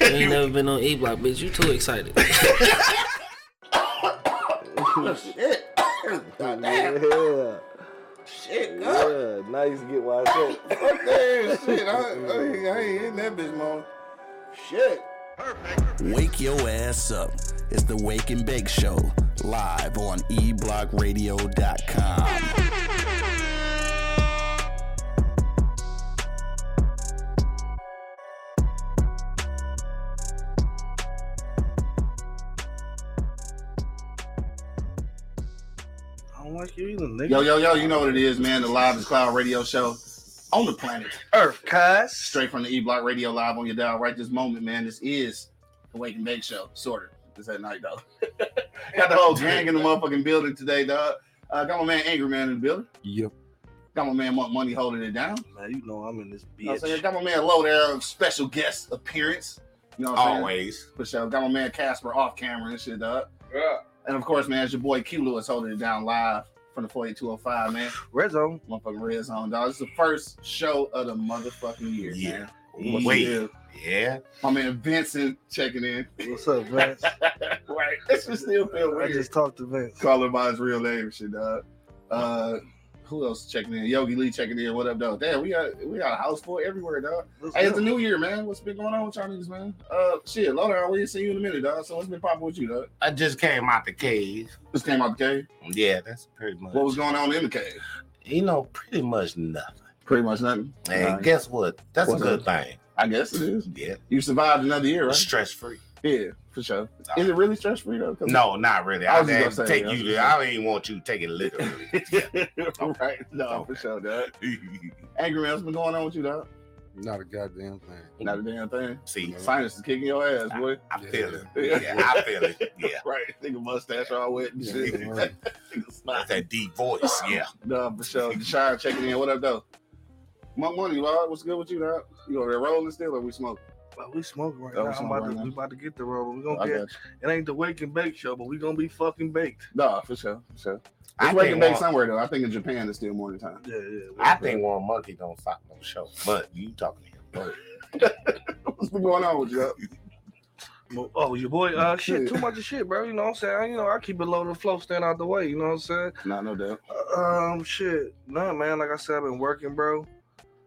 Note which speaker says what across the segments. Speaker 1: You ain't never been on E Block, bitch. You too excited.
Speaker 2: Shit. God damn.
Speaker 3: Yeah,
Speaker 2: Shit, God.
Speaker 3: yeah. Nice get wide shut.
Speaker 2: Fuck that shit. I, I, ain't- I ain't in that bitch, mom. Shit.
Speaker 4: Wake your ass up. It's the Wake and Bake Show, live on E eblockradio.com.
Speaker 5: I don't like you either, nigga.
Speaker 2: Yo, yo, yo, you know what it is, man. The Live is Cloud radio show on the planet.
Speaker 5: Earth, cuz.
Speaker 2: Straight from the E Block Radio Live on your dial right this moment, man. This is the Wake and Bake Show, sort of. It's at night, though. Got the whole gang in the motherfucking building today, dog. Uh, got my man Angry Man in the building.
Speaker 3: Yep.
Speaker 2: Got my man Monk Money holding it down.
Speaker 5: Man, you know I'm in this
Speaker 2: You know what I'm saying?
Speaker 5: bitch.
Speaker 2: Got my man Low there, um, special guest appearance. You
Speaker 6: Oh,
Speaker 2: know what I'm saying?
Speaker 6: Always.
Speaker 2: For sure. Got my man Casper off camera and shit, dog.
Speaker 7: Yeah.
Speaker 2: And of course, man, it's your boy Q Lewis holding it down live from the 48205, man.
Speaker 5: Red zone.
Speaker 2: Motherfucking Red Zone, dog. It's the first show of the motherfucking year,
Speaker 6: Yeah.
Speaker 2: man.
Speaker 6: Wait.
Speaker 2: Yeah.
Speaker 6: Yeah.
Speaker 2: My man Vincent checking in.
Speaker 5: What's up, Vince?
Speaker 2: right. This should still feel
Speaker 5: I
Speaker 2: weird.
Speaker 5: just talked to Vince.
Speaker 2: Call him by his real name and shit, dog. Uh, who else checking in? Yogi Lee checking in. What up, dog? Damn, we got we got a house full everywhere, dog.
Speaker 5: What's
Speaker 2: Hey, it's
Speaker 5: up?
Speaker 2: the new year, man. What's been going on with y'all niggas, man? Uh, shit, Lord, we ain't seen you in a minute, dog. So what's been popping with you, dog?
Speaker 6: I just came out the cave.
Speaker 2: Just came out the cave.
Speaker 6: Yeah, that's pretty much.
Speaker 2: What was going on in the cave?
Speaker 6: you know, pretty much nothing.
Speaker 2: Pretty much nothing.
Speaker 6: And
Speaker 2: Nah,
Speaker 6: guess what? That's
Speaker 2: What's
Speaker 6: a good thing.
Speaker 2: I guess it is.
Speaker 6: Yeah.
Speaker 2: You survived another year, right?
Speaker 6: Stress free.
Speaker 2: Yeah, for sure. Is it really stress free though? 'Cause-
Speaker 6: No, not really.
Speaker 2: I
Speaker 6: I,
Speaker 2: was
Speaker 6: didn't
Speaker 2: just gonna say,
Speaker 6: take
Speaker 2: yeah.
Speaker 6: you. there. I don't even want you to take it literally.
Speaker 2: right. No, for sure, dog. Angry man, what's been going on with you, dog?
Speaker 3: Not a goddamn thing.
Speaker 2: Not a damn thing.
Speaker 6: See,
Speaker 2: Sinus is kicking your ass, boy.
Speaker 6: I feel it.
Speaker 2: Yeah.
Speaker 6: Yeah, I feel it. Yeah.
Speaker 2: Right. Nigga mustache all wet and shit.
Speaker 3: Yeah, right.
Speaker 2: Nigga snot.
Speaker 6: That's that deep voice. Yeah.
Speaker 2: No, for sure. Deshaun checking in. What up, though? Monk Money, dog. What's good with you, dog? You over there rolling still or we smoking?
Speaker 5: Well, we smoking right
Speaker 2: Oh, we
Speaker 5: now. I'm
Speaker 2: smoking
Speaker 5: about
Speaker 2: right
Speaker 5: to,
Speaker 2: now.
Speaker 5: we about to get the roll. We
Speaker 2: I
Speaker 5: gonna
Speaker 2: got
Speaker 5: get
Speaker 2: you.
Speaker 5: it. Ain't the wake and bake show, but we gonna be fucking baked.
Speaker 2: No, for sure. For sure.
Speaker 6: I
Speaker 2: It's waking
Speaker 6: think
Speaker 2: bake
Speaker 6: one-
Speaker 2: somewhere, though. I think in Japan it's still morning time.
Speaker 5: Yeah, yeah.
Speaker 6: I think one monkey don't stop no show. But you talking to him. But
Speaker 2: What's been going on with you, dog?
Speaker 5: Well, Oh, your boy, uh, shit, too much of shit, bro. You know what I'm saying? You know, I keep it low to the flow, stand out the way. You know what I'm saying?
Speaker 2: Nah, no doubt.
Speaker 5: Um, shit, nah, man. Like I said, I've been working, bro.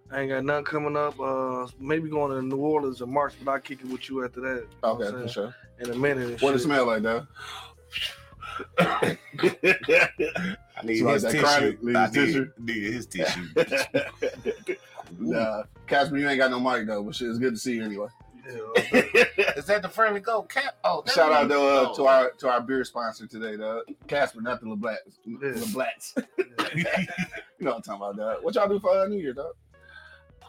Speaker 5: I ain't got nothing coming up. Uh, maybe going to New Orleans in March, but I will kick it with you after that
Speaker 2: Okay,
Speaker 5: I'm
Speaker 2: for
Speaker 5: saying?
Speaker 2: sure.
Speaker 5: in a minute. and
Speaker 2: What it
Speaker 5: shit.
Speaker 2: smell like, though?
Speaker 6: I need his
Speaker 2: Smells like
Speaker 6: tissue.
Speaker 2: chronic. Need
Speaker 6: I
Speaker 2: his tissue.
Speaker 6: need, need his tissue.
Speaker 2: nah, Casper, you ain't got no mic, though, but shit, it's good to see you anyway.
Speaker 5: Yeah,
Speaker 6: Is that the friendly go cap? Oh, that
Speaker 2: Shout out
Speaker 6: means-
Speaker 2: though uh,
Speaker 6: oh.
Speaker 2: to our to our beer sponsor today, though. Casper, not the LeBlanc, LeBlancs. you know what I'm talking about, dog. What y'all do for uh, New Year, dog?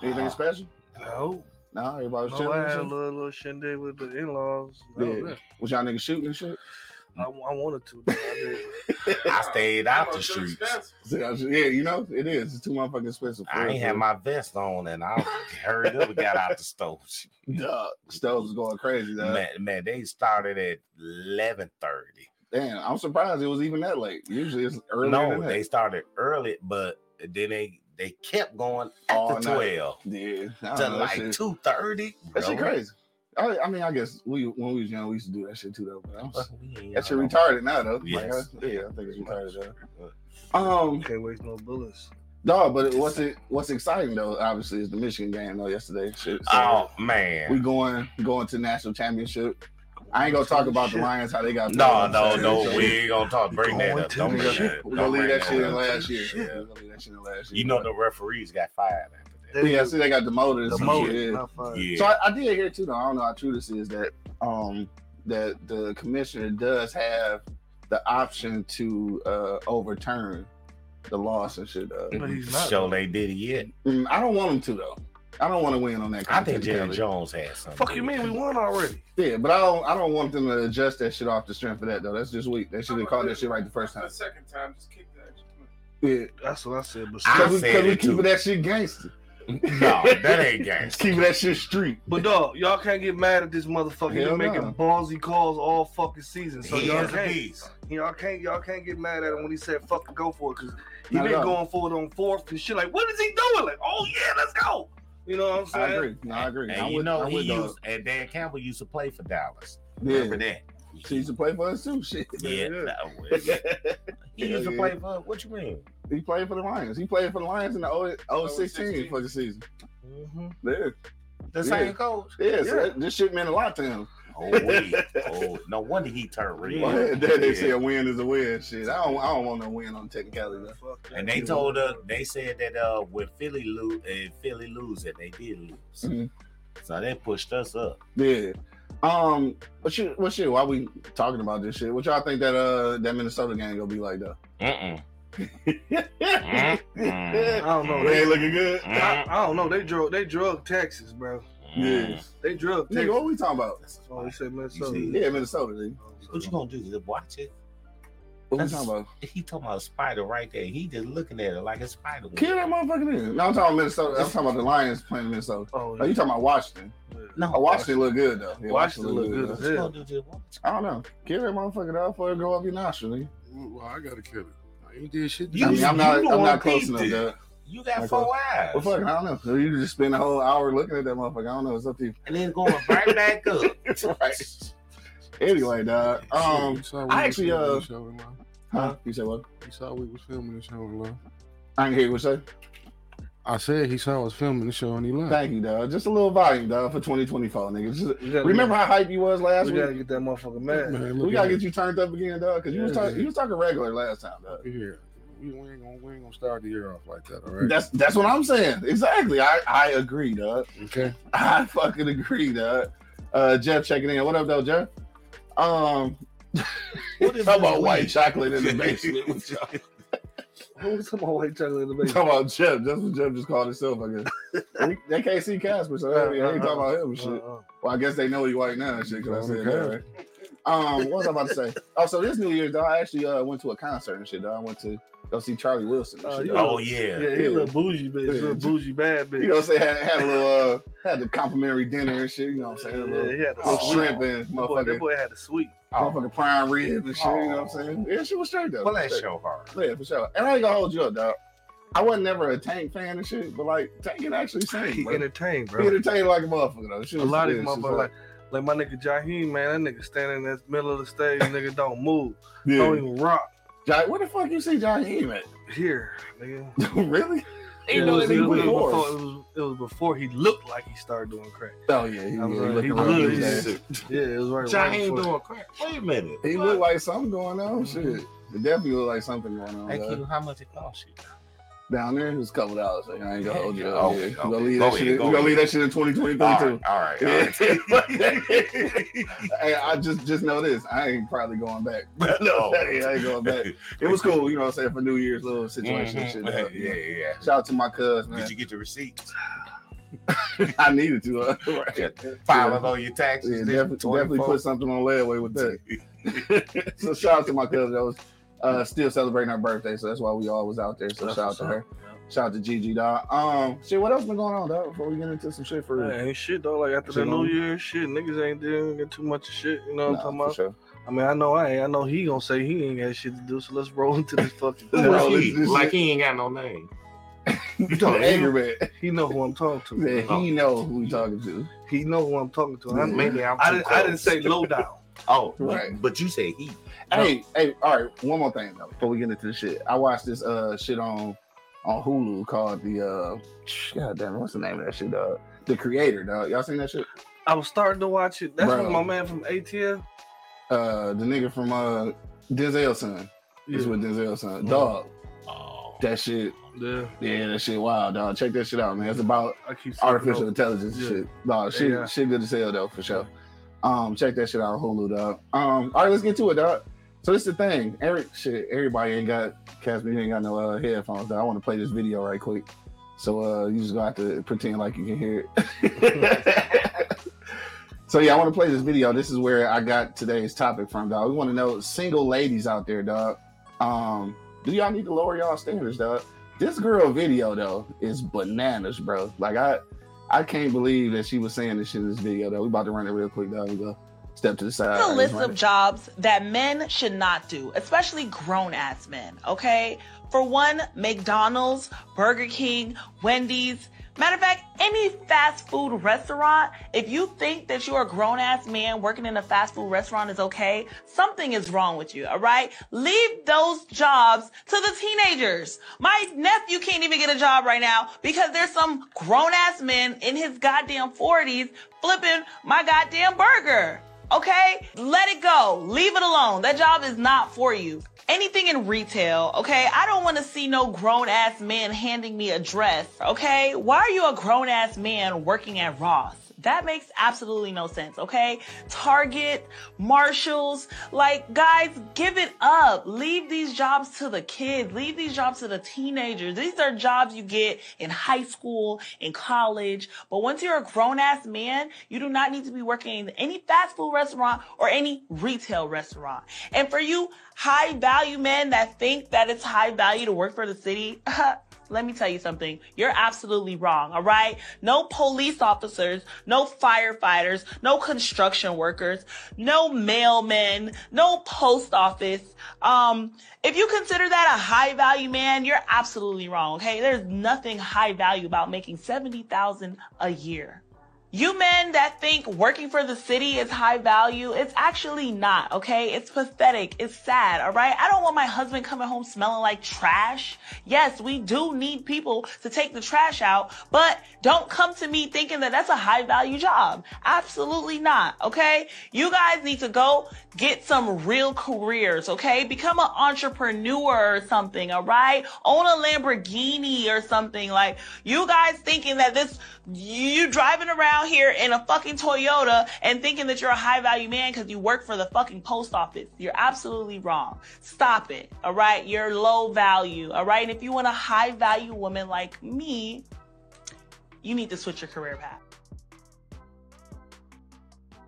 Speaker 2: Anything
Speaker 6: Uh,
Speaker 2: special?
Speaker 5: no,
Speaker 2: No, everybody was
Speaker 5: no, I had a
Speaker 2: chilling. and shit?
Speaker 5: little, little shindig with the in-laws. No,
Speaker 2: Yeah.
Speaker 5: man.
Speaker 2: Was y'all niggas shooting and shit?
Speaker 5: I, I wanted to. but I didn't.
Speaker 6: I stayed out the streets.
Speaker 2: See, I was- Yeah, you know it is. It's too motherfucking expensive. for
Speaker 6: I
Speaker 2: real,
Speaker 6: ain't had
Speaker 2: for
Speaker 6: my vest on, and I hurried up and got out the stove.
Speaker 2: real. Dog, Stoves is going crazy, dog.
Speaker 6: Man, man, they started at eleven thirty.
Speaker 2: Damn, I'm surprised it was even that late. Usually it's early.
Speaker 6: No, they started early, but then they they kept going
Speaker 2: All
Speaker 6: after
Speaker 2: night.
Speaker 6: twelve
Speaker 2: did.
Speaker 6: to like
Speaker 2: shit,
Speaker 6: two thirty.
Speaker 2: that shit crazy. I, I mean, I guess we when we was young, we used to do that shit too, though. But I'm, that shit retarded now, though. Like,
Speaker 6: Yes.
Speaker 2: I- yeah, I think it's retarded. Though.
Speaker 5: You
Speaker 2: Um,
Speaker 5: can't waste no bullets.
Speaker 2: no, but it, what's it? What's exciting though? Obviously, is the Michigan game though. Yesterday, shit. So,
Speaker 6: Oh
Speaker 2: we
Speaker 6: man.
Speaker 2: going going to national championship. I ain't gonna talk about the Lions how they got.
Speaker 6: No,
Speaker 2: played.
Speaker 6: no,
Speaker 2: So,
Speaker 6: no. We ain't gonna talk. Bring that
Speaker 5: Going
Speaker 6: up.
Speaker 5: to
Speaker 6: Don't
Speaker 5: the
Speaker 6: bring
Speaker 5: shit.
Speaker 6: that.
Speaker 2: We're
Speaker 6: don't
Speaker 2: gonna leave
Speaker 6: bring
Speaker 2: that shit in
Speaker 6: up.
Speaker 2: last year. Yeah, we're gonna leave that shit in last year.
Speaker 6: You know the referees got fired after that.
Speaker 2: yeah, see, they got demoted. and
Speaker 5: the
Speaker 2: some
Speaker 5: motive,
Speaker 2: shit, yeah.
Speaker 5: not fire.
Speaker 6: Yeah.
Speaker 2: So I, I did hear too, though. I don't know how true this is that um that the commissioner does have the option to uh overturn the loss and shit. Uh,
Speaker 5: But he's not.
Speaker 6: Show they did it yet.
Speaker 2: mm, I don't want him to though. I don't want to win on that.
Speaker 6: I think Jerry
Speaker 2: competition.
Speaker 6: Jones had something.
Speaker 5: Fuck you, mean we won already?
Speaker 2: Yeah, but I don't. I don't want them to adjust that shit off the strength of that though. That's just weak. They should have called that shit right the first time.
Speaker 7: The second time, just kick that.
Speaker 2: Yeah,
Speaker 5: That's what I said. But
Speaker 6: I
Speaker 2: because we,
Speaker 5: still,
Speaker 6: said
Speaker 2: 'cause we
Speaker 6: it,
Speaker 2: keeping
Speaker 6: too.
Speaker 2: that shit gangster.
Speaker 6: No, that ain't gangster.
Speaker 2: Keeping that shit street.
Speaker 5: But dog, y'all can't get mad at this motherfucker. He's
Speaker 2: Hell
Speaker 5: been
Speaker 2: no.
Speaker 5: making ballsy calls all fucking season. So
Speaker 6: he
Speaker 5: y'all
Speaker 6: is a
Speaker 5: can't,
Speaker 6: beast.
Speaker 5: y'all can't, y'all can't get mad at him when he said "fucking go for it" because he
Speaker 2: Not at
Speaker 5: been
Speaker 2: all.
Speaker 5: going for it on fourth and shit. Like, what is he doing? Like, oh yeah, let's go. You know what I'm saying?
Speaker 2: I agree. No, I agree.
Speaker 6: And
Speaker 2: I'm
Speaker 6: you
Speaker 2: with-
Speaker 6: know
Speaker 2: I'm
Speaker 6: he
Speaker 2: with dog.
Speaker 6: used, and Dan Campbell used to play for Dallas.
Speaker 2: Yeah,
Speaker 6: Remember that?
Speaker 2: she used to play for us too. Shit.
Speaker 6: Yeah,
Speaker 5: yeah.
Speaker 6: that was- he used to
Speaker 2: Yeah.
Speaker 6: play for what you mean?
Speaker 2: he played for the Lions. He played for the Lions in the oh, 0 016 fucking season.
Speaker 3: Mm-hmm.
Speaker 5: Mhm.
Speaker 2: Yeah,
Speaker 6: The
Speaker 2: Yeah.
Speaker 6: same coach.
Speaker 2: yeah. So
Speaker 5: Yeah.
Speaker 2: that, this shit meant a lot to him.
Speaker 6: Oh wait, oh no wonder he turned red.
Speaker 2: that they
Speaker 6: Yeah.
Speaker 2: say a win is a win. Shit, I don't, I don't want no win on technicality. though.
Speaker 5: Fuck that.
Speaker 6: And they told us they said that uh when Philly lose and Philly lose that they did lose.
Speaker 2: Mhm.
Speaker 6: So they pushed us up.
Speaker 2: Yeah. Um, what shit? What shit? Why we talking about this shit? What y'all think that uh that Minnesota game gonna be like though?
Speaker 6: Mm-mm.
Speaker 2: they
Speaker 5: I
Speaker 6: Mm-hmm.
Speaker 5: don't know. They,
Speaker 2: ain't looking good.
Speaker 5: I, I don't know. They drug. They drug Texas, bro.
Speaker 6: Mm-hmm.
Speaker 2: Yeah.
Speaker 5: They drug
Speaker 2: Nigga,
Speaker 5: Texas.
Speaker 2: what we talking about?
Speaker 5: Oh, you said
Speaker 6: You
Speaker 5: Minnesota.
Speaker 2: Yeah, Minnesota. Nigga.
Speaker 6: What you gonna do? Just watch it?
Speaker 2: What we
Speaker 6: That's-
Speaker 2: talking about?
Speaker 6: He talking about a spider right there. He just looking at it like a spider.
Speaker 2: Kill that motherfucker. Nigga. No, I'm talking about Minnesota. I'm talking about the Lions playing Minnesota.
Speaker 5: Oh,
Speaker 2: Oh, you talking about Washington?
Speaker 6: No,
Speaker 2: Oh, Washington look good though. Yeah,
Speaker 5: Washington look good
Speaker 2: though.
Speaker 5: as
Speaker 6: What you
Speaker 5: hell.
Speaker 6: gonna do? Just watch. it?
Speaker 2: I don't know. Kill that motherfucker though before it go up your nostril. Nigga.
Speaker 3: Well, I gotta kill it. I ain't did shit.
Speaker 6: You-
Speaker 2: I mean, I'm not.
Speaker 6: you the
Speaker 2: I'm
Speaker 6: one
Speaker 2: not close
Speaker 6: peeped
Speaker 2: enough.
Speaker 6: it.
Speaker 2: Duh.
Speaker 6: You got
Speaker 2: Like
Speaker 6: four
Speaker 2: Well,
Speaker 6: eyes,
Speaker 2: fuck, I don't know. You can just spend a whole hour looking at that motherfucker. I don't know. It's up to you.
Speaker 6: and then going right back up.
Speaker 2: right. Anyway, dog. Um,
Speaker 3: You
Speaker 2: I
Speaker 3: saw we was
Speaker 2: actually,
Speaker 3: filming
Speaker 2: uh,
Speaker 3: this show in London.
Speaker 2: huh? You said what?
Speaker 3: He saw we was filming the show in London.
Speaker 2: I didn't hear you say.
Speaker 3: I said he saw us filming the show and he left.
Speaker 2: Thank you, dog. Just a little volume, dog, for 2024, nigga. Just-
Speaker 5: You gotta
Speaker 2: remember
Speaker 5: get-
Speaker 2: how hype you was last
Speaker 5: we
Speaker 2: week?
Speaker 5: gotta get that motherfucker mad.
Speaker 3: Man,
Speaker 2: we gotta get you turned up again, dog, because you was
Speaker 3: Yeah,
Speaker 2: talking,
Speaker 3: yeah.
Speaker 2: you was talking regular last time, dog.
Speaker 3: you here. We, we ain't gonna we ain't gonna start the year off like that, all right?
Speaker 2: That's that's what I'm saying. Exactly. I I agree, dog.
Speaker 3: okay.
Speaker 2: I fucking agree, dog. Uh, Jeff checking in. What up, though, Jeff? Um,
Speaker 6: What is
Speaker 2: talk
Speaker 6: this
Speaker 2: about white
Speaker 6: week?
Speaker 2: chocolate in the basement. with y'all.
Speaker 5: Who was talking about white chocolate in the
Speaker 2: Talk
Speaker 5: basement?
Speaker 2: about Jeff. That's what Jeff just called himself, I guess. They- they can't see Casper, so they ain't talking about him and shit.
Speaker 5: Uh-uh.
Speaker 2: Well, I guess they know he white now and shit, because I said that, right?
Speaker 3: Okay.
Speaker 2: Um, what was I about to say? Oh, so this New Year's, though, I actually uh, went to a concert and shit, though. I went to go see Charlie Wilson and
Speaker 5: Oh,
Speaker 2: shit,
Speaker 5: you
Speaker 2: dawg.
Speaker 6: Oh yeah.
Speaker 5: Yeah, he a little bougie bitch. He a little bougie bad bitch.
Speaker 2: You know what I'm saying? Had, had a little, uh, had the complimentary dinner and shit, you know what I'm saying? A
Speaker 5: Yeah,
Speaker 2: little,
Speaker 5: he had a
Speaker 2: little
Speaker 5: sweet.
Speaker 2: shrimp and
Speaker 5: That boy, that
Speaker 2: motherfucking,
Speaker 5: boy had a sweet.
Speaker 2: motherfucking prime rib and shit, you
Speaker 5: Oh.
Speaker 2: know what I'm saying? Yeah, she was straight, though.
Speaker 6: Well, that's your heart.
Speaker 2: Yeah, for sure. And I ain't gonna hold you up, dog. I wasn't never a Tank fan and shit, but like, Tank can actually sing.
Speaker 5: He
Speaker 2: bro.
Speaker 5: entertained,
Speaker 2: He
Speaker 5: bro.
Speaker 2: entertained like a motherfucker though. Shit
Speaker 5: A
Speaker 2: was-
Speaker 5: lot of these
Speaker 2: yeah, shit was
Speaker 5: motherfuckers like, like my nigga Jaheem, man, that nigga standing in the middle of the stage, nigga don't move, don't
Speaker 2: yeah.
Speaker 5: even rock.
Speaker 2: Jai- where the fuck you see Jaheim at?
Speaker 5: Here, nigga.
Speaker 2: really?
Speaker 5: It
Speaker 2: Ain't no
Speaker 5: was, it,
Speaker 2: nigga
Speaker 5: was
Speaker 2: before.
Speaker 5: before, it, was, it was before he looked like he started doing crack.
Speaker 2: Oh yeah, he,
Speaker 5: I was
Speaker 2: yeah,
Speaker 5: like,
Speaker 2: he
Speaker 5: he
Speaker 2: looked around
Speaker 5: really
Speaker 2: his
Speaker 5: is.
Speaker 2: ass.
Speaker 5: Yeah, it was right. right
Speaker 6: Jaheim
Speaker 5: before.
Speaker 6: doing crack. Wait a minute.
Speaker 2: He looked like something going on.
Speaker 5: Mm-hmm.
Speaker 2: Shit, it definitely looked like something going on.
Speaker 6: Thank
Speaker 2: dog.
Speaker 6: you. How much it cost you?
Speaker 2: Down there, it was a couple dollars. Like, I ain't gonna hold you. up.
Speaker 6: Oh,
Speaker 2: yeah.
Speaker 6: okay.
Speaker 2: We gonna leave
Speaker 6: Go
Speaker 2: that
Speaker 6: ahead,
Speaker 2: shit.
Speaker 6: go
Speaker 2: We gonna leave
Speaker 6: ahead.
Speaker 2: that shit in 2023
Speaker 6: All
Speaker 2: too.
Speaker 6: right, all right, all right.
Speaker 2: hey, I just just know this. I ain't probably going back.
Speaker 6: No.
Speaker 5: Oh.
Speaker 2: Hey, I ain't going back. It was cool, you know what I'm saying, for New Year's little situation
Speaker 5: Mm-hmm.
Speaker 2: and shit.
Speaker 6: Mhm.
Speaker 2: dog.
Speaker 6: Yeah, yeah.
Speaker 2: Shout out to my cousin.
Speaker 6: yeah. Did you get the receipts?
Speaker 2: I needed to. Uh, right.
Speaker 6: Yeah.
Speaker 2: yeah,
Speaker 6: Filing on your taxes.
Speaker 2: definitely,
Speaker 6: this
Speaker 2: definitely
Speaker 6: 24.
Speaker 2: put something on layaway with that. so shout out to my cousin that was uh, still celebrating her birthday, so that's why we all was out there. So
Speaker 5: That's
Speaker 2: shout out
Speaker 5: what's
Speaker 2: to
Speaker 5: up,
Speaker 2: her.
Speaker 5: man.
Speaker 2: Shout out to Gigi, dog. Um, shit, what else been going on, dog? Before we get into some shit for real.
Speaker 5: Man, ain't shit though. Like after
Speaker 2: Shit
Speaker 5: the New
Speaker 2: on-
Speaker 5: Year, shit, niggas ain't doing get too much shit. You know what
Speaker 2: Nah,
Speaker 5: I'm talking
Speaker 2: for
Speaker 5: about?
Speaker 2: sure.
Speaker 5: I mean, I know I ain't. I know he gonna say he ain't got shit to do. So let's roll into this fucking.
Speaker 6: Who
Speaker 2: No,
Speaker 6: is
Speaker 2: this-
Speaker 6: he?
Speaker 2: this-
Speaker 6: Like he ain't got no name.
Speaker 2: You talking angry man?
Speaker 5: He know who I'm talking to.
Speaker 2: Yeah, he know who we talking to.
Speaker 5: He know who I'm talking to. I'm,
Speaker 6: Maybe I'm.
Speaker 5: I
Speaker 6: too
Speaker 5: didn't. I didn't
Speaker 6: close.
Speaker 5: say low down.
Speaker 6: Oh,
Speaker 2: Right.
Speaker 6: But you said he.
Speaker 2: Hey, hey, all right. One more thing though, before we get into the shit. I watched this uh shit on on Hulu called the uh God damn, it, what's the name of that shit? Dog? The Creator, dog. Y'all seen that shit?
Speaker 5: I was starting to watch it. That's
Speaker 2: Bro.
Speaker 5: when my man from ATL.
Speaker 2: Uh, the nigga from uh Denzel's son. This with Denzel's son. Dog,
Speaker 6: Oh.
Speaker 2: that shit.
Speaker 5: Yeah,
Speaker 2: Yeah, that shit. Wow, dog. Check that shit out, man. It's about
Speaker 5: I keep saying
Speaker 2: artificial
Speaker 5: no.
Speaker 2: intelligence and
Speaker 5: Yeah.
Speaker 2: shit. Dog, shit,
Speaker 5: Yeah.
Speaker 2: shit good as hell though for sure. Um, check that shit out on Hulu, dog. Um, all right, let's get to it, dog. So this is the thing, Eric. Shit, everybody ain't got Casper. You ain't got no uh, headphones. Dog. I want to play this video right quick. So uh, you just gonna have to pretend like you can hear it. so yeah, I want to play this video. This is where I got today's topic from, dog. We want to know single ladies out there, dog. Um, do y'all need to lower y'all standards, dog? This girl video though is bananas, bro. Like I, I can't believe that she was saying this shit in this video. Though we about to run it real quick. Dog, we go step to the side.
Speaker 7: Here's a
Speaker 2: All right, let's
Speaker 7: list
Speaker 2: run
Speaker 7: of
Speaker 2: it.
Speaker 7: jobs that men should not do, especially grown ass men, okay? For one, McDonald's, Burger King, Wendy's, Matter of fact, any fast food restaurant, if you think that you're a grown ass man working in a fast food restaurant is okay, something is wrong with you, all right? Leave those jobs to the teenagers. My nephew can't even get a job right now because there's some grown ass men in his goddamn 40s flipping my goddamn burger. Okay? Let it go. Leave it alone. That job is not for you. Anything in retail, okay? I don't want to see no grown ass man handing me a dress, okay? Why are you a grown ass man working at Ross? That makes absolutely no sense, okay? Target, Marshalls, like guys, give it up. Leave these jobs to the kids. Leave these jobs to the teenagers. These are jobs you get in high school, in college. But once you're a grown ass man, you do not need to be working in any fast food restaurant or any retail restaurant. And for you high value men that think that it's high value to work for the city, let me tell you something. You're absolutely wrong, all right? No police officers, no firefighters, no construction workers, no mailmen, no post office. Um, if you consider that a high value man, you're absolutely wrong, okay? There's nothing high value about making 70,000 a year. You men that think working for the city is high value, it's actually not, okay? It's pathetic. It's sad, all right? I don't want my husband coming home smelling like trash. Yes, we do need people to take the trash out, but don't come to me thinking that that's a high value job. Absolutely not, okay? You guys need to go get some real careers, okay? Become an entrepreneur or something, all right? Own a Lamborghini or something. Like, you guys thinking that this, you driving around here in a fucking Toyota and thinking that you're a high value man because you work for the fucking post office. You're absolutely wrong. Stop it. All right. You're low value. All right. And if you want a high value woman like me, you need to switch your career path.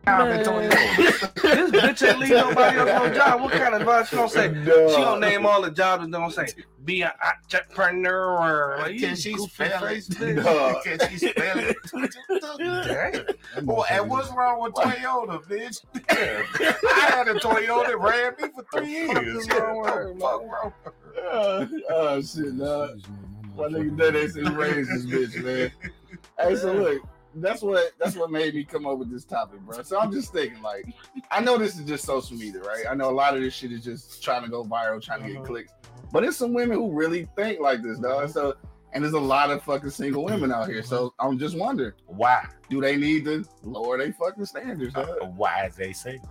Speaker 2: Now, Antonio.
Speaker 5: This bitch ain't leave nobody else no job. What kind of advice she gonna say?
Speaker 2: No.
Speaker 5: She gonna name all the jobs and don't say be an entrepreneur. Like, you
Speaker 6: Can she
Speaker 5: goofy
Speaker 6: spell
Speaker 5: face
Speaker 6: it?
Speaker 5: bitch.
Speaker 2: No.
Speaker 6: Can she spell it?
Speaker 5: Damn.
Speaker 6: Boy, and what's wrong with Toyota, bitch? I had a Toyota that ran me for three years.
Speaker 5: Fuck is wrong with her, man?
Speaker 6: Fuck wrong with her?
Speaker 2: oh, oh, shit, nah. My nigga done this and raised this bitch, man. Hey, so look, that's what that's what made me come up with this topic, bro. So I'm just thinking, like, I know this is just social media, right? I know a lot of this shit is just trying to go viral, trying to get
Speaker 5: Mhm.
Speaker 2: clicks. But it's some women who really think like this, dog. So and there's a lot of fucking single women out here. So I'm just wondering,
Speaker 6: Why?
Speaker 2: do they need to lower their fucking standards? dog?
Speaker 6: Why is they single?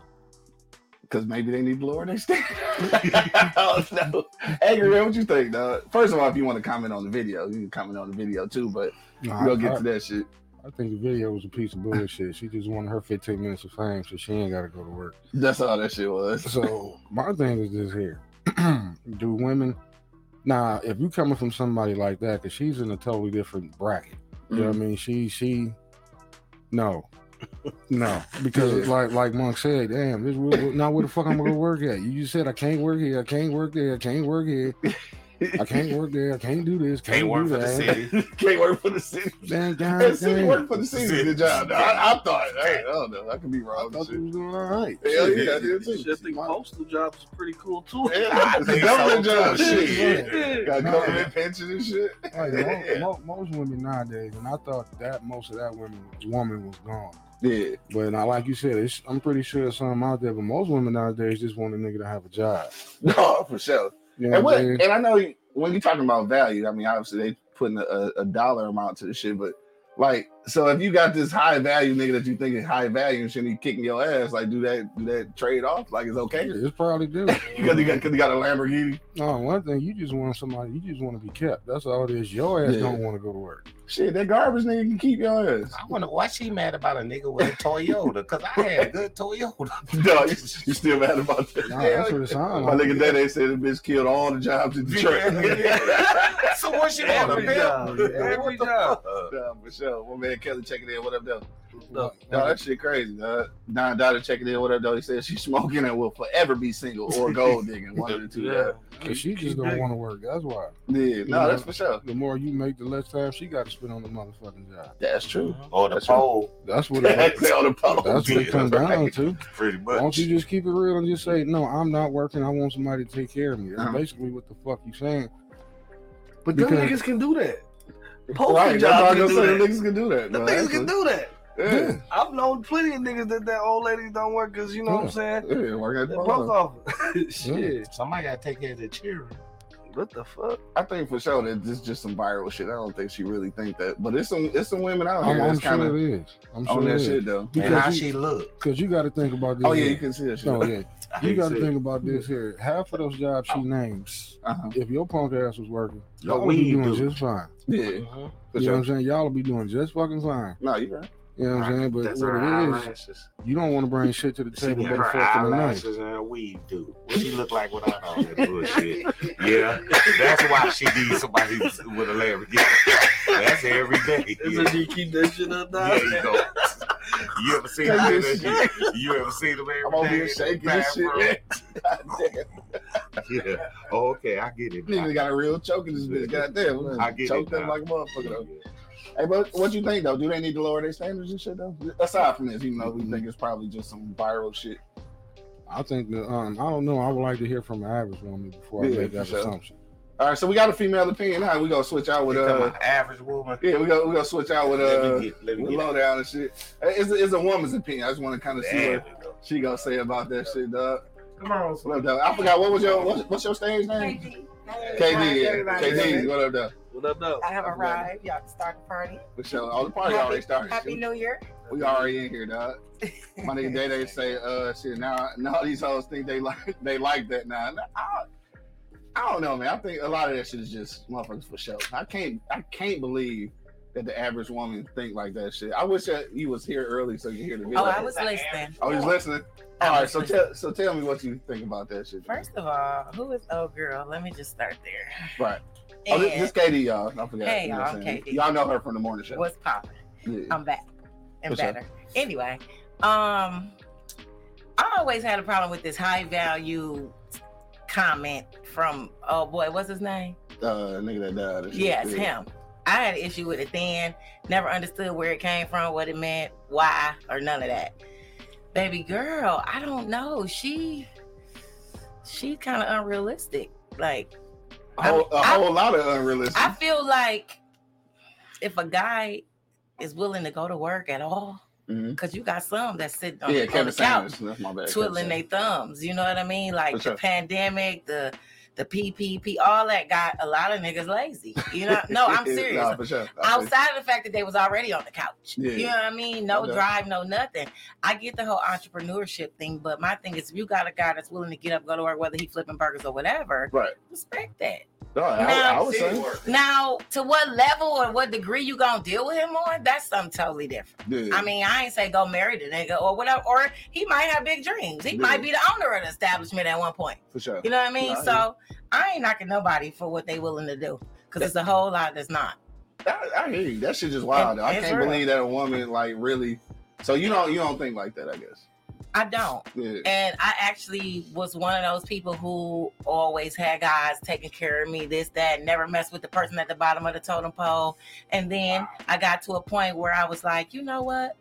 Speaker 2: Because maybe they need to lower their standards. oh, no. Hey, Grill, what you think, dog? First of all, if you want to comment on the video, you can comment on the video too, but
Speaker 3: Nah,
Speaker 2: we'll get
Speaker 3: I,
Speaker 2: to that shit.
Speaker 3: I think the video was a piece of bullshit. She just wanted her 15 minutes of fame, so she ain't got to go to work.
Speaker 2: That's all that shit was.
Speaker 3: So my thing is this here: Do women? Now, if you coming from somebody like that, because she's in a totally different bracket. You know what I
Speaker 2: Mm-hmm.
Speaker 3: mean? She she, no, no, because it's like like Monk said, damn, this where- where- now where the fuck I'm gonna go work at? You just said I can't work here, I can't work there, I can't work here, I can't work there, I can't do this, can't,
Speaker 6: Can't
Speaker 3: do
Speaker 6: work for the
Speaker 3: that.
Speaker 6: city.
Speaker 2: Can't work for the city.
Speaker 3: Damn, God,
Speaker 2: Hey, city
Speaker 3: damn.
Speaker 2: work for the city. Good job. dawg. I, I thought, hey, I don't know. I could be
Speaker 3: I
Speaker 2: wrong.
Speaker 3: thought you
Speaker 2: Shit.
Speaker 3: was doing all right.
Speaker 2: Hell yeah, I did too.
Speaker 5: Shit, I think postal jobs is pretty cool too.
Speaker 2: Yeah, it's a government job. Shit.
Speaker 5: Yeah.
Speaker 2: Got government pension and shit.
Speaker 3: Like, mo-
Speaker 2: Yeah.
Speaker 3: mo- most women nowadays, and I thought that most of that women woman was gone.
Speaker 2: Yeah.
Speaker 3: But now, like you said, it's, I'm pretty sure it's something out there. But most women nowadays just want a nigga to have a job.
Speaker 2: No, for sure.
Speaker 3: You know
Speaker 2: And
Speaker 3: what
Speaker 2: what?
Speaker 3: I'm saying?
Speaker 2: And I know when you're talking about value, I mean, obviously they putting a- a, a dollar amount to the shit, but like, so if you got this high value nigga that you think is high value and shit, and he kicking your ass, like, do that, do that trade off? Like, it's okay
Speaker 3: It's probably do.
Speaker 2: because he got, because he got a Lamborghini.
Speaker 3: no, one thing you just want somebody. You just want to be kept. That's all it is. Your ass
Speaker 2: Yeah.
Speaker 3: don't want to go to work.
Speaker 2: Shit, that garbage nigga can keep your ass.
Speaker 6: I wonder why she mad about a nigga with a Toyota because I had a good Toyota.
Speaker 2: No, you, you still mad about that?
Speaker 3: Nah, that's what it sounds
Speaker 2: My
Speaker 3: like.
Speaker 2: nigga Daddy said the bitch killed all the jobs in Detroit.
Speaker 6: so what she want to
Speaker 5: Every job.
Speaker 6: build?
Speaker 5: Every job.
Speaker 2: Nah, for sure. One man Kelly checking in. What up, though?
Speaker 5: No.
Speaker 2: No, that shit crazy. Dog. Don Dada checking in. What up, though? He said she's smoking and will forever be single or gold digging. One of the two.
Speaker 5: Yeah.
Speaker 2: dog.
Speaker 3: Cause she just don't want to work. That's why.
Speaker 2: Yeah. No, that's for sure.
Speaker 3: The more you make, the less time she got to spend on the motherfucking job.
Speaker 2: That's true.
Speaker 6: Or Oh, the
Speaker 2: That's right.
Speaker 6: pole,
Speaker 3: That's what. It,
Speaker 2: That's on the pole.
Speaker 3: that's what it comes down to.
Speaker 6: pretty
Speaker 3: Why don't
Speaker 6: much.
Speaker 3: you just keep it real and just say, no, I'm not working. I want somebody to take care of me. That's
Speaker 2: Uh-huh.
Speaker 3: basically what the fuck you saying.
Speaker 5: But them
Speaker 3: Because-
Speaker 5: niggas can do that. Postal
Speaker 2: right, that's all
Speaker 5: jobs
Speaker 2: I'm gonna
Speaker 5: can do
Speaker 2: say.
Speaker 5: that.
Speaker 2: Them niggas can do that.
Speaker 5: The
Speaker 2: though,
Speaker 5: niggas can
Speaker 2: actually.
Speaker 5: do that.
Speaker 2: Yeah,
Speaker 5: I've known plenty of niggas that that old ladies don't work because you know what I'm saying.
Speaker 2: yeah, work at
Speaker 5: The
Speaker 2: the
Speaker 5: post
Speaker 2: post
Speaker 5: office. Shit,
Speaker 6: Somebody gotta take care of the children.
Speaker 5: what the fuck?
Speaker 2: I think for sure that this is just some viral shit. I don't think she really think that, but it's some it's some women out here
Speaker 3: I'm, I'm
Speaker 2: Oh, that's kind
Speaker 3: sure
Speaker 2: of
Speaker 3: it is. I'm
Speaker 2: on
Speaker 3: sure it
Speaker 2: that
Speaker 3: is.
Speaker 2: shit though.
Speaker 6: And how
Speaker 3: Because you,
Speaker 6: she look.
Speaker 3: cause you got to think about this.
Speaker 2: Oh yeah, you
Speaker 3: here.
Speaker 2: can see that shit.
Speaker 3: No, yeah.
Speaker 6: I
Speaker 3: You
Speaker 6: hate
Speaker 3: got to
Speaker 6: to
Speaker 3: think about this here. Half of those jobs she names,
Speaker 2: Uh-huh.
Speaker 3: if your punk ass was working,
Speaker 6: Yo,
Speaker 3: y'all would be
Speaker 6: we
Speaker 3: doing
Speaker 6: do.
Speaker 3: just fine.
Speaker 2: Yeah,
Speaker 6: Mm-hmm.
Speaker 2: for
Speaker 3: You know what
Speaker 2: sure.
Speaker 3: I'm saying? Y'all would be doing just fucking fine.
Speaker 2: No, you're right.
Speaker 3: You know what I'm saying? But
Speaker 6: That's
Speaker 3: what
Speaker 6: her
Speaker 3: it is,
Speaker 6: eyelashes.
Speaker 3: you don't want to bring shit to the
Speaker 6: See
Speaker 3: table
Speaker 6: what
Speaker 3: but
Speaker 6: her
Speaker 3: fucking night.
Speaker 6: eyelashes and her weave do. What she look like without all that bullshit. Yeah, that's why she needs somebody with a Lamborghini. That's every day. Yeah.
Speaker 5: Is it you keep that shit up now?
Speaker 6: Yeah, you know. You ever seen them? in that shit? You ever seen them? every
Speaker 2: I'm over
Speaker 6: day
Speaker 2: here
Speaker 6: in the
Speaker 2: shaking this shit.
Speaker 6: bathroom?
Speaker 2: Man.
Speaker 6: Yeah. Oh, okay, I get it. now.
Speaker 2: Nigga got a real choke in this bitch. Goddamn,
Speaker 6: I get it
Speaker 2: choked up
Speaker 6: now.
Speaker 2: like a motherfucker. Though. Hey, but what you think though? Do they need to lower their standards and shit though? Aside from this, even though we think it's probably just some viral shit.
Speaker 3: I think that um, I don't know. I would like to hear from an average woman before I
Speaker 2: Yeah,
Speaker 3: make
Speaker 2: for
Speaker 3: that
Speaker 2: sure.
Speaker 3: assumption.
Speaker 2: All right, so we got a female opinion. Now we gonna switch out with
Speaker 6: You talking
Speaker 2: uh,
Speaker 6: about average woman.
Speaker 2: yeah, we gonna we gonna switch out with
Speaker 6: let
Speaker 2: uh,
Speaker 6: me get, let me
Speaker 2: with
Speaker 6: get
Speaker 2: low down and shit. It's, it's a woman's opinion. I just want to kind of see
Speaker 6: There
Speaker 2: what
Speaker 6: we go.
Speaker 2: she gonna say about that shit, dog.
Speaker 5: Come on,
Speaker 2: What up, dog? I forgot what was your what's, what's your stage name?
Speaker 8: KD.
Speaker 2: KD, yeah.
Speaker 8: Everybody.
Speaker 2: KD, what up, dog?
Speaker 5: What up, though?
Speaker 8: I have arrived. Y'all can start the party.
Speaker 2: For sure. Oh, the party already started.
Speaker 8: Happy
Speaker 2: shit.
Speaker 8: New Year.
Speaker 2: We already in here, dog. My nigga Day Day say, uh, shit. Now, now these hoes think they like they like that now. And I, I don't know, man. I think a lot of that shit is just motherfuckers for show. I can't, I can't believe that the average woman think like that shit. I wish that you was here early so you could hear the video.
Speaker 8: Oh, I was listening.
Speaker 2: Oh, he's listening.
Speaker 8: I
Speaker 2: All right,
Speaker 8: was
Speaker 2: so
Speaker 8: listening.
Speaker 2: tell, so tell me what you think about that shit.
Speaker 8: First of all, who is old girl? Let me just start there.
Speaker 2: right? Oh,
Speaker 8: And
Speaker 2: this, this KD, y'all. I forgot.
Speaker 8: Hey,
Speaker 2: You know what
Speaker 8: y'all,
Speaker 2: I'm saying?
Speaker 8: KD.
Speaker 2: Y'all know her from the morning show.
Speaker 8: what's poppin'?
Speaker 2: Yeah.
Speaker 8: I'm back and
Speaker 2: What's up?
Speaker 8: better. Anyway, um, I always had a problem with this high value comment from oh boy, what's his name?
Speaker 2: Uh, nigga that died. and shit.
Speaker 8: Yes,
Speaker 2: Yeah.
Speaker 8: him. I had an issue with it then. Never understood where it came from, what it meant, why, or none of that. Baby girl, I don't know. She she kind of unrealistic. Like
Speaker 2: A
Speaker 8: I
Speaker 2: whole,
Speaker 8: mean,
Speaker 2: a
Speaker 8: I-
Speaker 2: whole lot of unrealistic.
Speaker 8: I feel like if a guy is willing to go to work at all,
Speaker 2: Mhm.
Speaker 8: because you got some that's sitting on,
Speaker 2: Yeah,
Speaker 8: on
Speaker 2: Kevin
Speaker 8: the couch
Speaker 2: Sanders. That's my bad.
Speaker 8: twiddling
Speaker 2: Kevin
Speaker 8: their thumbs. You know what I mean? Like
Speaker 2: For
Speaker 8: the
Speaker 2: sure.
Speaker 8: pandemic, the the PPP, all that got a lot of niggas lazy. You know? No, I'm
Speaker 2: Yeah,
Speaker 8: serious.
Speaker 2: nah, for sure. I feel you.
Speaker 8: outside of the fact that they was already on the couch.
Speaker 2: Yeah.
Speaker 8: You know what I mean? No
Speaker 2: Okay.
Speaker 8: drive, no nothing. I get the whole entrepreneurship thing, but my thing is, if you got a guy that's willing to get up, go to work, whether he flipping burgers or whatever,
Speaker 2: Right.
Speaker 8: respect that.
Speaker 2: No, I,
Speaker 8: Nah,
Speaker 2: I, I was
Speaker 5: City
Speaker 2: saying.
Speaker 5: work.
Speaker 8: Now, to what level or what degree you gonna deal with him on? That's something totally different.
Speaker 2: Yeah.
Speaker 8: I mean, I ain't say go marry the nigga or whatever, or he might have big dreams. He
Speaker 2: Yeah.
Speaker 8: might be the owner of the establishment at one point.
Speaker 2: for sure.
Speaker 8: You know what I mean?
Speaker 2: Nah,
Speaker 8: so I ain't knocking nobody for what they willing to do. Cause it's a whole lot that's not.
Speaker 2: I, I hear you. That shit just wild.
Speaker 8: And-
Speaker 2: though. I
Speaker 8: it's
Speaker 2: can't
Speaker 8: real.
Speaker 2: believe that a woman like really. So you don't you don't think like that? I guess.
Speaker 8: I don't.
Speaker 2: Yeah.
Speaker 8: And I actually was one of those people who always had guys taking care of me, this, that, never messed with the person at the bottom of the totem pole. And then I got to a point where I was like, you know what?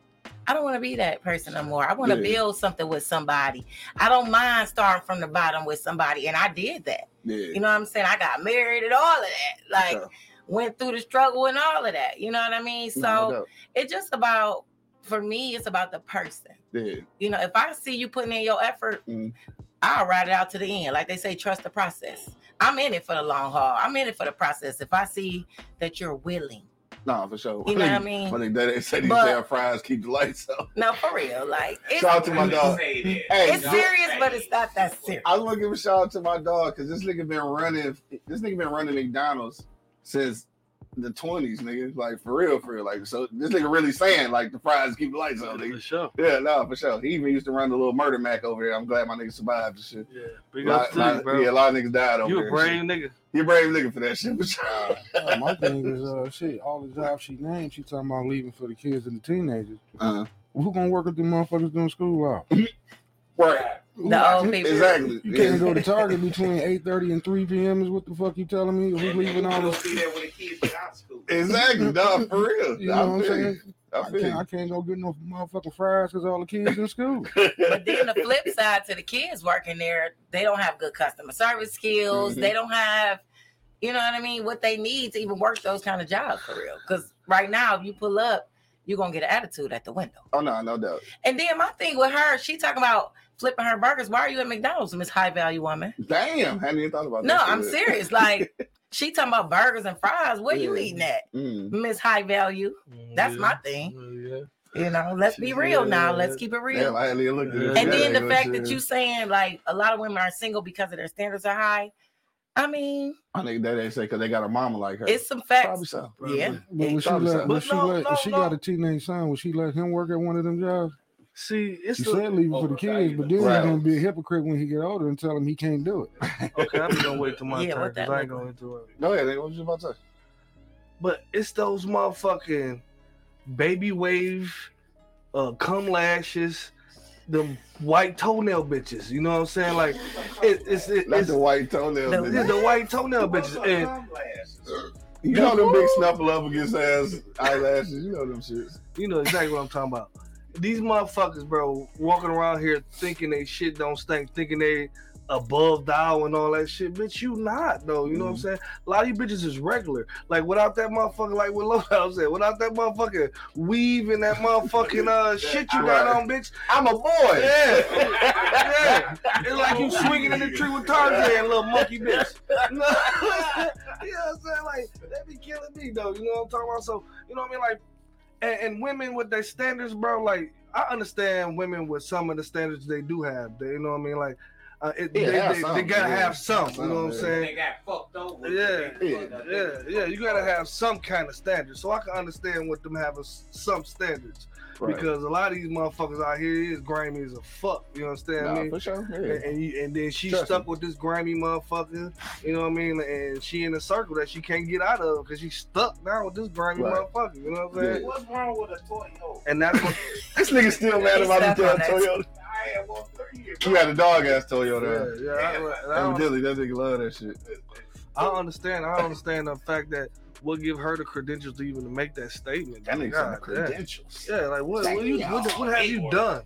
Speaker 8: I don't want to be that person no more. I want to
Speaker 2: Yeah.
Speaker 8: build something with somebody. I don't mind starting from the bottom with somebody. And I did that.
Speaker 2: Yeah.
Speaker 8: You know what I'm saying? I got married and all of that. Like, went through the struggle and all of that. You know what I mean? So
Speaker 2: No
Speaker 8: it's just about, for me, it's about the person
Speaker 2: doubt. yeah.
Speaker 8: you know, if I see you putting in your effort,
Speaker 2: Mhm.
Speaker 8: I'll ride it out to the end. Like they say, trust the process. I'm in it for the long haul. I'm in it for the process. If I see that you're willing,
Speaker 2: No, for sure.
Speaker 8: you know what I mean?
Speaker 2: When they, they say these
Speaker 8: But-
Speaker 2: damn fries keep the lights on.
Speaker 8: No, for real. Like it's,
Speaker 2: Shout out to my dog.
Speaker 6: Say that.
Speaker 2: Hey,
Speaker 8: it's serious, but it's not that serious.
Speaker 2: I want to give a shout out to my dog because this nigga been running. This nigga been running McDonald's since the twenties, nigga. Like for real, for real. Like so, this nigga really saying like the fries keep the lights on,
Speaker 5: For
Speaker 2: nigga.
Speaker 5: sure.
Speaker 2: Yeah, no, for sure. He even used to run the little murder mac over here. I'm glad my nigga survived and shit.
Speaker 5: Yeah. Big
Speaker 2: Lot-
Speaker 5: up to you,
Speaker 2: lot- yeah, a
Speaker 5: bro.
Speaker 2: lot of niggas died over
Speaker 5: You
Speaker 2: there.
Speaker 5: a brave nigga.
Speaker 2: You a brave nigga for that shit. For sure.
Speaker 3: Uh, my thing is, uh, shit, all the jobs she named, she talking about leaving for the kids and the teenagers.
Speaker 2: Uh-huh.
Speaker 3: Who gonna work with them motherfuckers doing school hours?
Speaker 2: Right.
Speaker 3: Who-
Speaker 8: The old people.
Speaker 2: Exactly.
Speaker 3: You
Speaker 2: Yeah.
Speaker 3: can't go to Target between eight thirty and three p.m. Is what the fuck you telling me? Who's leaving all this?
Speaker 6: see that when the kids get out of school.
Speaker 2: Exactly, dog. For real.
Speaker 3: You know what I'm
Speaker 2: I feel
Speaker 3: saying?
Speaker 2: you. I
Speaker 3: I
Speaker 2: feel
Speaker 3: can't,
Speaker 2: you.
Speaker 3: I can't go get no motherfucking fries because all the kids in school.
Speaker 8: But then the flip side to the kids working there, they don't have good customer service skills.
Speaker 2: Mhm.
Speaker 8: They don't have you know what I mean, what they need to even work those kind of jobs for real. Because right now, if you pull up, you're gonna get an attitude at the window.
Speaker 2: Oh no, no doubt.
Speaker 8: And then my thing with her, she talking about flipping her burgers. Why are you at McDonald's, Miss High Value Woman?
Speaker 2: Damn, hadn't even thought about
Speaker 8: No,
Speaker 2: that.
Speaker 8: I'm
Speaker 2: shit.
Speaker 8: serious. Like she talking about burgers and fries. Where you
Speaker 2: Yeah.
Speaker 8: eating at,
Speaker 2: Mm.
Speaker 8: Miss High Value? That's my thing.
Speaker 5: Yeah.
Speaker 8: You know, let's be real now. Let's keep it real.
Speaker 2: Damn, I hadn't even looked at this.
Speaker 8: And
Speaker 2: shit.
Speaker 8: then the
Speaker 2: Like,
Speaker 8: fact
Speaker 2: shit.
Speaker 8: that you saying like a lot of women are single because of their standards are high. I mean,
Speaker 2: I think that they say because they got a mama like her.
Speaker 8: it's some
Speaker 2: probably
Speaker 8: facts.
Speaker 2: so.
Speaker 8: Yeah.
Speaker 3: But when she,
Speaker 2: Probably
Speaker 3: let,
Speaker 2: so.
Speaker 3: when
Speaker 5: But
Speaker 3: she,
Speaker 5: no,
Speaker 3: let,
Speaker 5: no,
Speaker 3: she
Speaker 5: no.
Speaker 3: got a teenage son, would she let him work at one of them jobs?
Speaker 5: See, it's
Speaker 3: She
Speaker 5: a-
Speaker 3: said leave it for the kids, but then
Speaker 2: Right.
Speaker 3: you're gonna be a hypocrite when he get older and tell him he can't do it.
Speaker 5: okay, I'm just gonna wait till my
Speaker 8: Yeah,
Speaker 5: turn
Speaker 8: what that
Speaker 5: 'cause I ain't
Speaker 8: look
Speaker 5: gonna interrupt.
Speaker 2: Go ahead. nigga, What was you about to say?
Speaker 5: But it's those motherfucking baby wave, uh, cum lashes, them white toenail bitches. You know what I'm saying? Like, it, it's it,
Speaker 2: Not
Speaker 5: it's
Speaker 2: the white toenail.
Speaker 8: The-
Speaker 2: bitch.
Speaker 5: it's the white toenail bitches, and
Speaker 2: You know them big snuffle up against ass eyelashes. You know them shits.
Speaker 5: You know exactly what I'm talking about. These motherfuckers, bro, walking around here thinking they shit don't stink, thinking they above thou and all that shit. Bitch, you not though. You know what I'm saying? A lot of you bitches is regular. Like without that motherfucker, like what Lolo said, without that motherfucker weave and that motherfucking uh shit you got
Speaker 2: Right.
Speaker 5: on, bitch.
Speaker 2: I'm a boy.
Speaker 5: Yeah, yeah. It's like you swinging in the tree with Tarzan, little monkey bitch. No. you know what I'm saying? Like that be killing me though. You know what I'm talking about? So you know what I mean? Like, and, and women with their standards, bro. Like I understand women with some of the standards they do have. They, you know what I mean? Like, uh, it,
Speaker 2: Yeah,
Speaker 5: they,
Speaker 2: have
Speaker 5: they,
Speaker 2: some,
Speaker 5: they gotta
Speaker 2: yeah.
Speaker 5: have some. You know what I'm
Speaker 2: Yeah.
Speaker 5: saying?
Speaker 9: got fucked over.
Speaker 5: Yeah,
Speaker 2: Yeah.
Speaker 5: yeah, yeah. You gotta have some kind of standards. So I can understand with them having s- some standards
Speaker 2: Right.
Speaker 5: because a lot of these motherfuckers out here is grimy as a fuck. You understand
Speaker 2: Nah,
Speaker 5: what I mean?
Speaker 2: for sure.
Speaker 5: And,
Speaker 2: Yeah.
Speaker 5: and, you, and then she
Speaker 2: Trust
Speaker 5: stuck
Speaker 2: me.
Speaker 5: with this grimy motherfucker. You know what I mean? And she in a circle that she can't get out of because she stuck now with this grimy
Speaker 2: Right.
Speaker 5: motherfucker. You know what I'm saying?
Speaker 2: Yeah.
Speaker 9: What's wrong with a Toyota?
Speaker 5: And that's what.
Speaker 2: This nigga still mad
Speaker 8: He's
Speaker 2: about his
Speaker 8: stuck
Speaker 2: damn
Speaker 8: on that.
Speaker 2: Toyota.
Speaker 9: I had one for years.
Speaker 2: You had a dog ass Toyota.
Speaker 5: yeah, yeah, I, I- I don't-
Speaker 2: Evidently, that nigga love that shit.
Speaker 5: I don't understand. I don't understand the fact that what give her the credentials to even make that statement.
Speaker 2: That nigga
Speaker 5: God
Speaker 2: some
Speaker 5: damn.
Speaker 2: credentials.
Speaker 5: Yeah, like what? What, you, what,
Speaker 9: Damn.
Speaker 5: what have you done?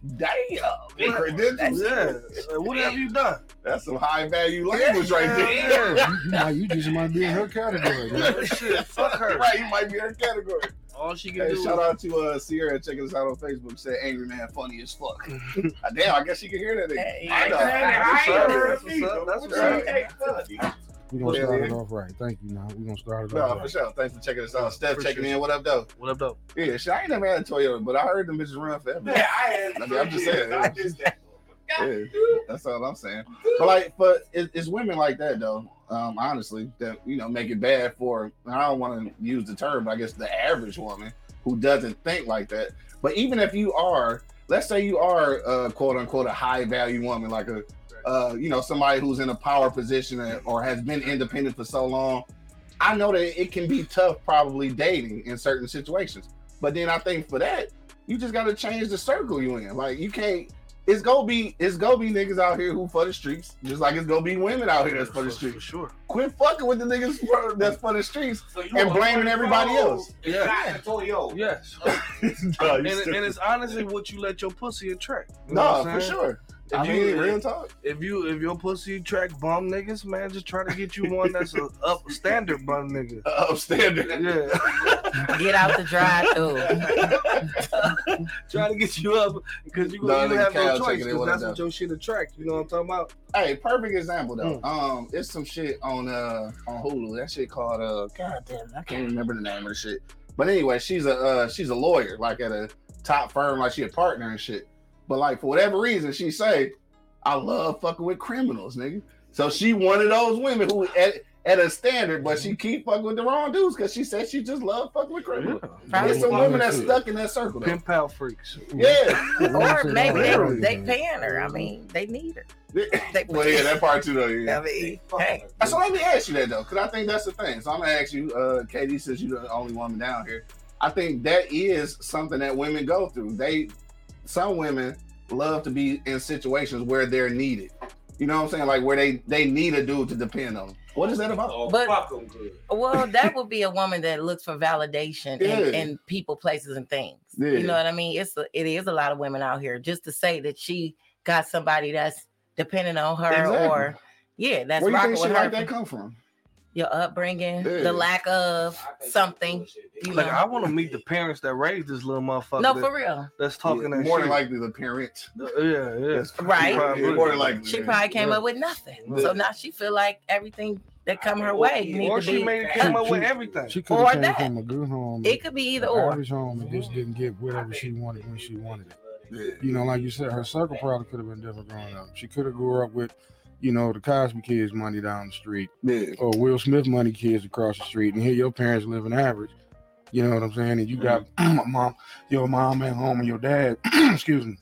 Speaker 2: Big
Speaker 5: What-
Speaker 2: credentials.
Speaker 5: Yeah, like, what have you done?
Speaker 2: That's some high value language right there.
Speaker 5: Yeah, yeah.
Speaker 3: You, you might, you just might be in her category. man.
Speaker 5: Shit, fuck her.
Speaker 2: Right, you might be in her category.
Speaker 5: All she can
Speaker 2: Hey,
Speaker 5: do.
Speaker 2: shout out to uh, Sierra checking us out on Facebook. Said angry man, funny as fuck. Ah, Damn, I guess she can hear that. Nigga. I know.
Speaker 5: That's
Speaker 9: I ain't heard
Speaker 5: what's up. That's what's up.
Speaker 2: Right.
Speaker 3: We gonna
Speaker 2: Yeah,
Speaker 3: start it
Speaker 2: yeah.
Speaker 3: off right. Thank you. Now we gonna start it
Speaker 2: No,
Speaker 3: off
Speaker 2: for
Speaker 3: right.
Speaker 2: sure. Thanks for checking us out. Steph
Speaker 5: Appreciate
Speaker 2: checking
Speaker 5: it.
Speaker 2: in. What up, though?
Speaker 5: What up, though?
Speaker 2: Yeah, shit, I ain't never had a Toyota, but I heard them bitches run forever.
Speaker 9: Yeah, I had.
Speaker 2: I mean, I'm just
Speaker 9: three
Speaker 2: saying.
Speaker 9: years. I just
Speaker 2: Yeah, that's all I'm saying. But like, but it, it's women like that though. Um, honestly, that you know make it bad for. And I don't want to use the term, but I guess the average woman who doesn't think like that. But even if you are, let's say you are uh, quote unquote a high value woman, like a, uh, you know, somebody who's in a power position or- or has been independent for so long. I know that it can be tough, probably dating in certain situations. But then I think for that, you just got to change the circle you in. Like you can't it's gonna be it's gonna be niggas out here who for the streets, just like it's gonna be women out here that's for the
Speaker 5: For
Speaker 2: streets.
Speaker 5: sure.
Speaker 2: Quit fucking with the niggas for, that's for the streets.
Speaker 9: So you
Speaker 2: And
Speaker 9: want
Speaker 2: blaming
Speaker 9: a
Speaker 2: everybody
Speaker 9: Toyota,
Speaker 2: else.
Speaker 9: It's
Speaker 5: Yeah.
Speaker 9: not the Toyota.
Speaker 5: Yes.
Speaker 2: no,
Speaker 5: and, it- and it's honestly what you let your pussy attract. You know
Speaker 2: no
Speaker 5: what I'm
Speaker 2: for
Speaker 5: saying?
Speaker 2: sure.
Speaker 5: If
Speaker 2: I
Speaker 5: you-
Speaker 2: mean, real talk.
Speaker 5: If you if your pussy attract bum niggas, man, just try to get you one that's a up standard bum nigga.
Speaker 2: Uh, upstanding.
Speaker 5: Yeah,
Speaker 8: Get out the drive through.
Speaker 5: try to get you up because you,
Speaker 2: Nah,
Speaker 5: you
Speaker 2: nigga,
Speaker 5: have no
Speaker 2: Kyle
Speaker 5: choice
Speaker 2: taking it
Speaker 5: because
Speaker 2: with
Speaker 5: that's
Speaker 2: him,
Speaker 5: what your shit attract. You know what I'm talking about?
Speaker 2: hey, perfect example though.
Speaker 5: Hmm.
Speaker 2: Um, it's some shit on uh on Hulu. That shit called uh God damn, it, I can't remember the name of the shit. But anyway, she's a uh, she's a lawyer, like at a top firm, like she a partner and shit. But like for whatever reason, she say, I love fucking with criminals, nigga. So she one of those women who at at a standard, but she keep fucking with the wrong dudes because she said she just love fucking with criminals. There's some women that's stuck in that circle. Though.
Speaker 5: Pimp out freaks.
Speaker 2: Yeah.
Speaker 8: Or maybe
Speaker 2: Literally,
Speaker 8: they, they paying her. I mean, they need her. They,
Speaker 2: well, yeah, that part too though. Yeah.
Speaker 8: I mean, hey,
Speaker 2: So let me ask you that though, because I think that's the thing. So I'm gonna ask you, uh, Katie, since you're the only woman down here, I think that is something that women go through. They, some women, love to be in situations where they're needed. You know what I'm saying? Like where they they need a dude to depend on. What is that about?
Speaker 9: Oh,
Speaker 8: But-
Speaker 9: fuck 'em good.
Speaker 8: well, that would be a woman that looks for validation in,
Speaker 2: Yeah.
Speaker 8: in people, places, and things.
Speaker 2: Yeah.
Speaker 8: You know what I mean? It's a, it is a lot of women out here just to say that she got somebody that's dependent on her
Speaker 2: Exactly.
Speaker 8: or yeah, that's
Speaker 2: where do you
Speaker 8: rocking
Speaker 2: think shit
Speaker 8: with
Speaker 2: like
Speaker 8: her.
Speaker 2: that come from?
Speaker 8: your upbringing,
Speaker 2: Yeah.
Speaker 8: the lack of something. You
Speaker 5: Like
Speaker 8: know.
Speaker 5: I want to meet the parents that raised this little motherfucker.
Speaker 8: no,
Speaker 5: that-
Speaker 8: for real.
Speaker 5: That's talking that
Speaker 2: more
Speaker 5: shit.
Speaker 2: than likely the parent.
Speaker 5: yeah, yeah.
Speaker 8: Right.
Speaker 5: Probably.
Speaker 2: More than likely.
Speaker 8: She probably came
Speaker 5: Yeah.
Speaker 8: up with nothing.
Speaker 5: Yeah.
Speaker 8: So now she feel like everything that come her way. need
Speaker 5: Or
Speaker 8: to
Speaker 5: she
Speaker 8: be-
Speaker 5: made came up with
Speaker 3: She-
Speaker 5: everything.
Speaker 3: She could
Speaker 8: Or
Speaker 3: have came
Speaker 8: that.
Speaker 3: from a good home,
Speaker 8: it could be either
Speaker 3: an
Speaker 8: or.
Speaker 3: average home, and just didn't get whatever she wanted when she wanted it.
Speaker 2: Yeah.
Speaker 3: You know, like you said, her circle probably could have been different growing up. She could have grew up with, you know, the Cosby kids money down the street,
Speaker 2: Yeah.
Speaker 3: or Will Smith money kids across the street, and here your parents living average. You know what I'm saying? And you got
Speaker 2: Mm-hmm.
Speaker 3: my mom, your mom at home, and your dad, excuse me,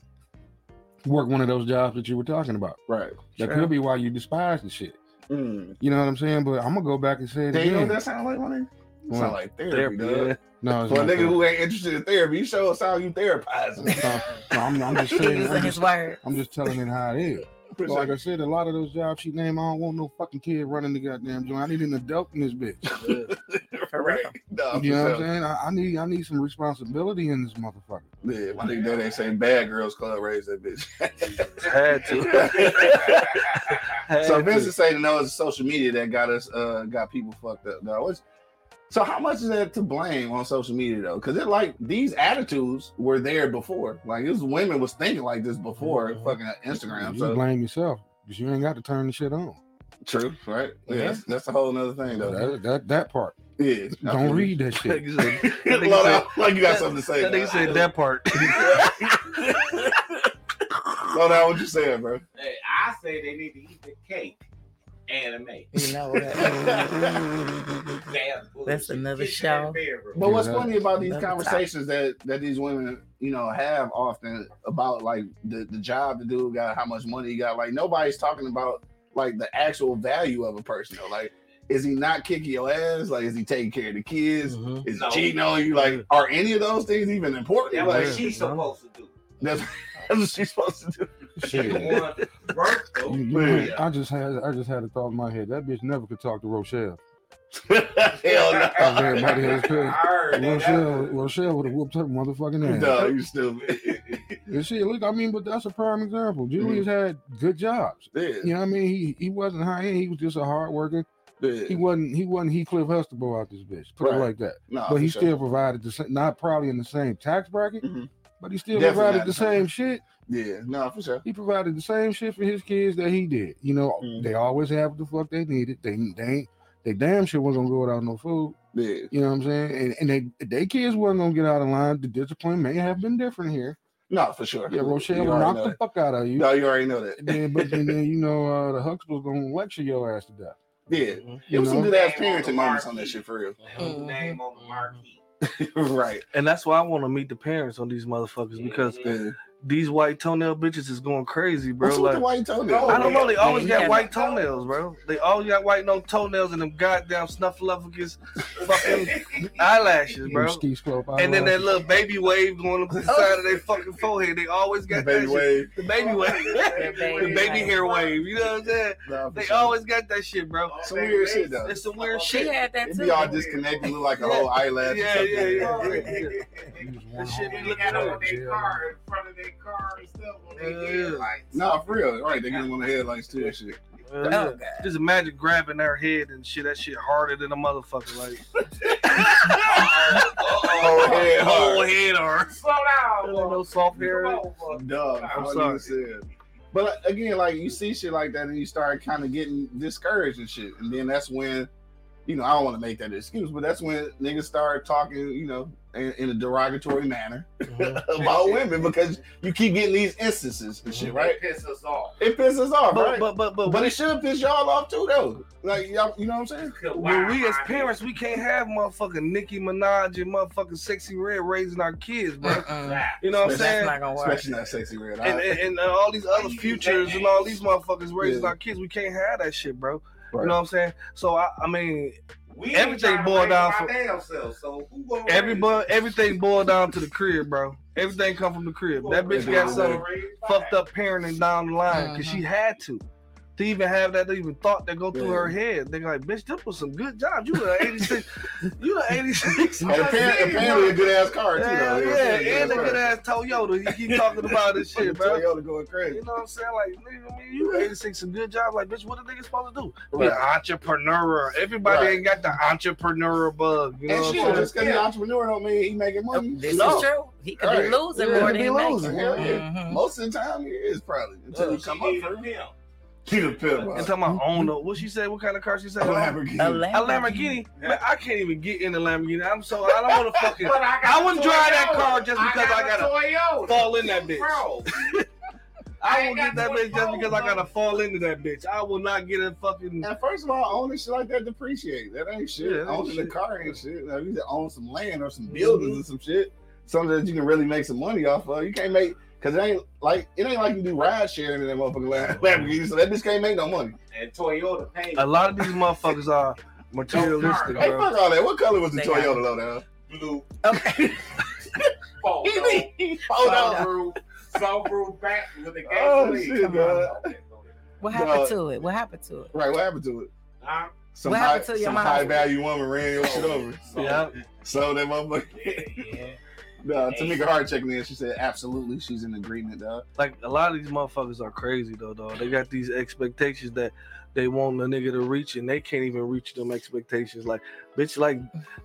Speaker 3: work one of those jobs that you were talking about.
Speaker 2: Right.
Speaker 3: That
Speaker 5: Sure.
Speaker 3: could be why you despise the shit.
Speaker 2: Mm.
Speaker 3: You know what I'm saying? But I'm gonna go back and say it
Speaker 2: Damn, you know
Speaker 3: again.
Speaker 2: what that sound like, money? It
Speaker 3: What?
Speaker 2: Sound like therapy, dog.
Speaker 3: no, it's
Speaker 2: For a nigga
Speaker 3: not that.
Speaker 2: who ain't interested in therapy, you show us how you therapizing.
Speaker 3: No, no, I'm, I'm just saying.
Speaker 8: using
Speaker 3: I'm
Speaker 8: his
Speaker 3: just,
Speaker 8: word.
Speaker 3: I'm just telling it how it is. But like I said, a lot of those jobs she named, I don't want no fucking kid running the goddamn joint. I need an adult in this bitch.
Speaker 2: For real. Nah, for
Speaker 3: You know what I'm
Speaker 2: sure.
Speaker 3: saying? I, I need I need some responsibility in this motherfucker.
Speaker 2: Yeah, my nigga, that ain't saying bad girls club raised that bitch.
Speaker 5: Had to. Had
Speaker 2: so
Speaker 5: to.
Speaker 2: Vincent say no, it's social media that got us uh got people fucked up. No, it's, so how much is that to blame on social media though? Because it like these attitudes were there before. Like these women was thinking like this before
Speaker 3: Mhm.
Speaker 2: fucking Instagram.
Speaker 3: you
Speaker 2: So
Speaker 3: blame yourself because you ain't got to turn the shit on.
Speaker 2: true, right? Yeah,
Speaker 3: Yeah.
Speaker 2: That's, that's a whole nother thing though.
Speaker 3: That, that that part.
Speaker 2: yeah, I
Speaker 3: Don't
Speaker 2: feel
Speaker 3: read that shit.
Speaker 5: Nigga said-
Speaker 2: you.
Speaker 5: That nigga
Speaker 2: Blow
Speaker 5: said-
Speaker 2: down, like you got something to say.
Speaker 5: That nigga
Speaker 2: dog.
Speaker 5: said that part.
Speaker 2: Blow down what you saying, bro.
Speaker 9: Hey, I say they need to eat the cake. Anime.
Speaker 8: You know that.
Speaker 9: Damn
Speaker 8: That's
Speaker 9: bullshit. Get
Speaker 8: another
Speaker 9: your
Speaker 8: show.
Speaker 9: bedroom.
Speaker 2: But what's
Speaker 3: Yeah, that-
Speaker 2: funny about these
Speaker 8: that's the
Speaker 2: conversations that that these women, you know, have often about like the, the job the dude got, how much money he got, like nobody's talking about like the actual value of a person though. Like, is he not kicking your ass? Like, is he taking care of the kids?
Speaker 5: Mhm.
Speaker 2: Is he
Speaker 9: No.
Speaker 2: cheating on you? Like, are any of those things even important?
Speaker 9: That's
Speaker 2: Like,
Speaker 9: what she's supposed to do.
Speaker 2: that's, that's what she's supposed to do.
Speaker 9: She
Speaker 3: Shit.
Speaker 9: want work
Speaker 3: You-
Speaker 9: though.
Speaker 3: you
Speaker 2: Man.
Speaker 3: know, I just had I just had a thought in my head. That bitch never could talk to Rochelle.
Speaker 2: Hell no.
Speaker 3: Everybody has
Speaker 9: I
Speaker 3: paid.
Speaker 9: heard that.
Speaker 3: Rochelle, Rochelle would have whooped her motherfucking ass.
Speaker 2: No, you stupid.
Speaker 3: And she, look, I mean, but that's a prime example.
Speaker 2: Mm.
Speaker 3: Julius had good jobs.
Speaker 2: Yeah,
Speaker 3: You know what I mean? He he wasn't high end. He was just a hard worker. He
Speaker 2: yeah.
Speaker 3: wasn't he wasn't he Cliff Huxtable out this bitch. Put
Speaker 2: Right.
Speaker 3: it like that.
Speaker 2: Nah,
Speaker 3: but
Speaker 2: for
Speaker 3: he
Speaker 2: sure.
Speaker 3: still provided the same, not probably in the same tax bracket,
Speaker 2: Mhm.
Speaker 3: but he still
Speaker 2: Definitely not
Speaker 3: provided
Speaker 2: the
Speaker 3: the
Speaker 2: same.
Speaker 3: same shit.
Speaker 2: Yeah, no, for sure.
Speaker 3: He provided the same shit for his kids that he did. You know,
Speaker 2: Mhm.
Speaker 3: they always have what the fuck they needed. They they ain't, they damn sure wasn't gonna go without no food.
Speaker 2: Yeah,
Speaker 3: You know what I'm saying? And and they they kids wasn't gonna get out of line. The discipline may have been different here.
Speaker 2: no, for sure.
Speaker 3: Yeah, Rochelle
Speaker 2: You
Speaker 3: will
Speaker 2: already
Speaker 3: knock
Speaker 2: know
Speaker 3: the
Speaker 2: that.
Speaker 3: fuck out of you.
Speaker 2: No, you already know that.
Speaker 3: And then, but and then you know uh, the Huxtable's gonna lecture your ass to death.
Speaker 2: Yeah. It
Speaker 3: You
Speaker 2: was some
Speaker 3: know?
Speaker 2: good ass parenting moments on that shit for real.
Speaker 9: Put the Name on
Speaker 8: Mm-hmm.
Speaker 9: the marquee.
Speaker 2: right.
Speaker 5: And that's why I want to meet the parents on these motherfuckers because
Speaker 2: Yeah.
Speaker 5: these white toenail bitches is going crazy, bro.
Speaker 2: What's with
Speaker 5: Like,
Speaker 2: the white toenail?
Speaker 5: I don't know. They always
Speaker 8: Yeah,
Speaker 5: got
Speaker 8: yeah.
Speaker 5: white toenails, bro. They always got white no toenails and them goddamn snuffleupagus fucking eyelashes,
Speaker 3: Them
Speaker 5: bro.
Speaker 3: ski slope
Speaker 5: And then that
Speaker 3: eyelashes.
Speaker 5: little baby wave going up the side of their fucking forehead. They always
Speaker 2: The
Speaker 5: got
Speaker 2: baby
Speaker 5: that shit.
Speaker 2: wave.
Speaker 5: The baby wave. the
Speaker 8: baby
Speaker 5: baby
Speaker 8: wave.
Speaker 5: hair wave. You know what I'm saying?
Speaker 2: Nah, for
Speaker 5: They
Speaker 2: sure.
Speaker 5: always got that shit, bro.
Speaker 2: some Oh, weird shit though.
Speaker 5: It's some weird
Speaker 8: She
Speaker 5: shit.
Speaker 8: had that
Speaker 2: It
Speaker 8: too.
Speaker 2: be all disconnected, look like a whole eyelash. or
Speaker 5: Yeah,
Speaker 2: something.
Speaker 5: yeah, yeah, yeah.
Speaker 3: He was one
Speaker 5: That shit
Speaker 3: home.
Speaker 5: be
Speaker 9: They got
Speaker 5: looking
Speaker 9: on
Speaker 5: up.
Speaker 9: their car in front of their car and stuff on
Speaker 5: Yeah.
Speaker 9: their headlights.
Speaker 2: Nah, for real. Right, they get them on the headlights too and shit.
Speaker 5: Uh, yeah.
Speaker 8: Oh, God.
Speaker 5: Just imagine grabbing her head and shit. That shit harder than a motherfucker. Like
Speaker 2: Oh, head
Speaker 5: whole
Speaker 2: hard.
Speaker 5: head hard.
Speaker 9: Slow down,
Speaker 5: There ain't
Speaker 9: boy.
Speaker 5: no soft
Speaker 9: Come
Speaker 5: hair.
Speaker 9: on, boy.
Speaker 2: Duh,
Speaker 9: I'm
Speaker 2: fuck
Speaker 5: sorry.
Speaker 2: you said. But like, again, like you see shit like that and you start kind of getting discouraged and shit. And then that's when, you know, I don't want to make that excuse, but that's when niggas start talking, you know, in, in a derogatory manner
Speaker 5: Mm-hmm.
Speaker 2: about women because you keep getting these instances and shit, right?
Speaker 9: Mm-hmm. It pisses us off.
Speaker 2: It pisses us off,
Speaker 5: But
Speaker 2: right?
Speaker 5: but but but,
Speaker 2: But it should piss y'all off too, though. Like y'all, you know what I'm saying?
Speaker 5: when we as parents, we can't have motherfucking Nicki Minaj and motherfucking Sexy Red raising our kids, bro.
Speaker 6: Uh-uh.
Speaker 8: Mm-mm.
Speaker 5: You know what I'm
Speaker 8: That's
Speaker 5: saying?
Speaker 8: not gonna work.
Speaker 2: Especially not sexy red.
Speaker 5: And,
Speaker 2: eye.
Speaker 5: and, and uh, all these other futures and all these motherfuckers raising
Speaker 2: Yeah.
Speaker 5: our kids, we can't have that shit, bro.
Speaker 2: Right.
Speaker 5: You know what I'm saying? So I, I mean,
Speaker 9: we
Speaker 5: everything boiled down
Speaker 9: for
Speaker 5: for-
Speaker 9: damn self. So who gonna
Speaker 5: everybody, everything boiled down to the crib, bro. Everything
Speaker 2: Uh-huh.
Speaker 5: come from the crib. That bitch got some fucked up parenting down the line because she had to. to even have that even thought that go through
Speaker 2: Yeah.
Speaker 5: her head. They're like, bitch, them was some good jobs. You the 86, you the 86.
Speaker 2: And apparently,
Speaker 5: Goddamn,
Speaker 2: apparently a
Speaker 5: bro.
Speaker 2: good ass car too.
Speaker 5: Hell
Speaker 2: though.
Speaker 5: yeah,
Speaker 2: Yeah,
Speaker 5: and a good ass Toyota. You keep talking about this shit, bro.
Speaker 2: Toyota going crazy.
Speaker 5: You know what I'm saying? Like, nigga, I mean, you 86 some good job. Like, bitch, what a nigga supposed to do? Be an entrepreneur. Everybody
Speaker 2: Right.
Speaker 5: ain't got the entrepreneur bug. You know
Speaker 2: And
Speaker 5: what
Speaker 2: shit,
Speaker 5: I'm saying?
Speaker 2: just because
Speaker 5: Yeah.
Speaker 2: an entrepreneur don't mean he making money.
Speaker 8: This
Speaker 2: No.
Speaker 8: is true. He could
Speaker 2: Right.
Speaker 8: be losing
Speaker 2: Yeah, he
Speaker 8: more than
Speaker 2: be
Speaker 8: he
Speaker 2: losing.
Speaker 8: making.
Speaker 2: Hell yeah.
Speaker 8: Mhm.
Speaker 2: Most of the time, he is probably until you
Speaker 8: Oh,
Speaker 9: she
Speaker 2: come up
Speaker 9: need
Speaker 2: for
Speaker 9: a
Speaker 2: him.
Speaker 9: pimp.
Speaker 6: Get a pimp.
Speaker 5: And talking about own a, what she said, what kind of car she said?
Speaker 2: A Lamborghini.
Speaker 8: A
Speaker 5: A Lamborghini? Man, I can't even get in a Lamborghini. I'm so, I don't want to fucking
Speaker 9: But I, got
Speaker 5: I wouldn't
Speaker 9: a
Speaker 5: drive that
Speaker 9: Toyota.
Speaker 5: car just because I
Speaker 9: got a Toyota.
Speaker 5: fall in that bitch.
Speaker 9: Bro, I
Speaker 5: I won't get
Speaker 9: ain't
Speaker 5: that
Speaker 9: got no
Speaker 5: bitch just because I
Speaker 9: phone,
Speaker 5: gotta fall into that bitch. I will not get a fucking.
Speaker 2: And first of all, owning shit like that depreciate. That ain't shit.
Speaker 5: Yeah, that ain't
Speaker 2: owning a
Speaker 5: shit.
Speaker 2: car ain't shit. Now, you can own some land or some
Speaker 8: Mm-hmm.
Speaker 2: buildings or some shit. Something that you can really make some money off of. You can't make because it ain't like it ain't like you do ride sharing in that motherfucking Lam- Lamborghini. So that bitch can't make no money.
Speaker 9: and Toyota paid.
Speaker 5: A lot of these motherfuckers are materialistic,
Speaker 2: Hey,
Speaker 5: bro.
Speaker 2: fuck all that. What color was the
Speaker 8: They got-
Speaker 2: Toyota though? Now?
Speaker 9: blue.
Speaker 8: Okay.
Speaker 9: Photo.
Speaker 2: Oh no.
Speaker 9: Sunroof. Sunroof back with the gas
Speaker 2: Oh,
Speaker 9: leak.
Speaker 2: shit,
Speaker 9: Come on.
Speaker 8: What happened
Speaker 2: Dog.
Speaker 8: to it? What happened to it?
Speaker 2: Right, what happened to it?
Speaker 9: Huh?
Speaker 2: Some
Speaker 8: What
Speaker 2: high,
Speaker 8: happened to your
Speaker 2: some
Speaker 8: mom?
Speaker 2: high value woman ran your shit over.
Speaker 9: So,
Speaker 5: Yeah.
Speaker 2: So that motherfucker.
Speaker 9: yeah, yeah.
Speaker 2: Uh, Tamika Hart checking in. She said, "Absolutely, she's in agreement, dog."
Speaker 5: Like a lot of these motherfuckers are crazy though, dog. They got these expectations that they want a nigga to reach, and they can't even reach them expectations. Like, bitch, like,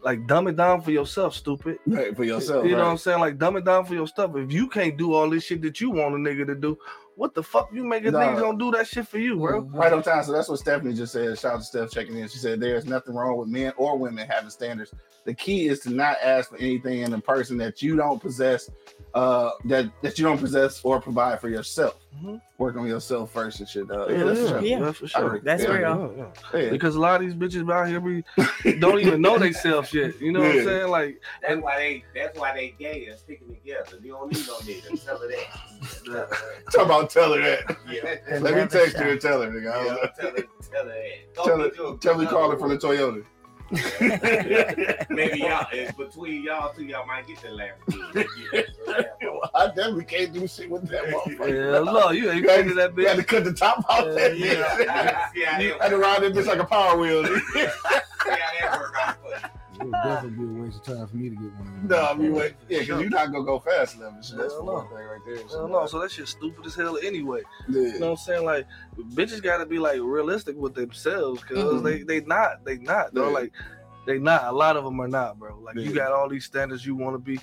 Speaker 5: like dumb it down for yourself, stupid.
Speaker 2: Right for yourself.
Speaker 5: you
Speaker 2: right?
Speaker 5: know what I'm saying? Like, dumb it down for your stuff. If you can't do all this shit that you want a nigga to do, what the fuck you making
Speaker 2: Nah.
Speaker 5: niggas gonna do that shit for you, bro?
Speaker 2: Right on time. So that's what Stephanie just said. Shout out to Steph checking in. She said there's nothing wrong with men or women having standards. The key is to not ask for anything in a person that you don't possess, uh, that that you don't possess or provide for yourself.
Speaker 5: Mhm.
Speaker 2: Work on yourself first and shit. Dog. Mm-hmm. Yeah, that's
Speaker 5: yeah,
Speaker 2: true.
Speaker 8: Yeah.
Speaker 5: that's for
Speaker 2: I
Speaker 5: sure.
Speaker 2: agree.
Speaker 8: That's
Speaker 2: yeah,
Speaker 8: real.
Speaker 3: Yeah, yeah.
Speaker 2: Yeah.
Speaker 5: because a lot of these bitches out here be, don't even know themselves yet. You know what
Speaker 2: Yeah.
Speaker 5: I'm saying? Like,
Speaker 9: That's why they. That's why they gay and sticking together. You don't need no nigga. Tell her that.
Speaker 2: Talk about tell her that.
Speaker 9: Yeah.
Speaker 2: Let me text her and tell her. Nigga. I don't
Speaker 9: Yeah,
Speaker 2: know.
Speaker 9: tell her, tell her that. Don't
Speaker 2: Tell
Speaker 9: be
Speaker 2: her,
Speaker 9: doing
Speaker 2: tell her, call her from the
Speaker 9: another
Speaker 2: Toyota.
Speaker 9: one. Maybe y'all, it's between y'all two, y'all might get the Lamborghini.
Speaker 2: I definitely can't do shit with that motherfucker.
Speaker 5: yeah, look, you ain't
Speaker 2: Right.
Speaker 5: into that
Speaker 2: You had
Speaker 5: bitch.
Speaker 2: to cut the top off that
Speaker 5: Yeah,
Speaker 2: bitch.
Speaker 9: Yeah. See how
Speaker 2: Had
Speaker 9: that
Speaker 2: to
Speaker 9: work
Speaker 2: ride that bitch like a power wheel.
Speaker 9: see how that work out for you.
Speaker 3: It would definitely be a waste of time for me to get one of them.
Speaker 2: no, I mean, wait, yeah, because you're not gonna go fast enough. and shit. That's
Speaker 5: Hell
Speaker 2: for
Speaker 5: no.
Speaker 2: one thing right there. and shit.
Speaker 5: Hell no, so that shit's stupid as hell anyway. You know
Speaker 2: Yeah.
Speaker 5: what I'm saying? Like, bitches gotta be like realistic with themselves because they they not they not though
Speaker 2: Mm-hmm. Yeah.
Speaker 5: like they not a lot of them are not, bro. Like you
Speaker 2: Yeah.
Speaker 5: got all these standards you want to be,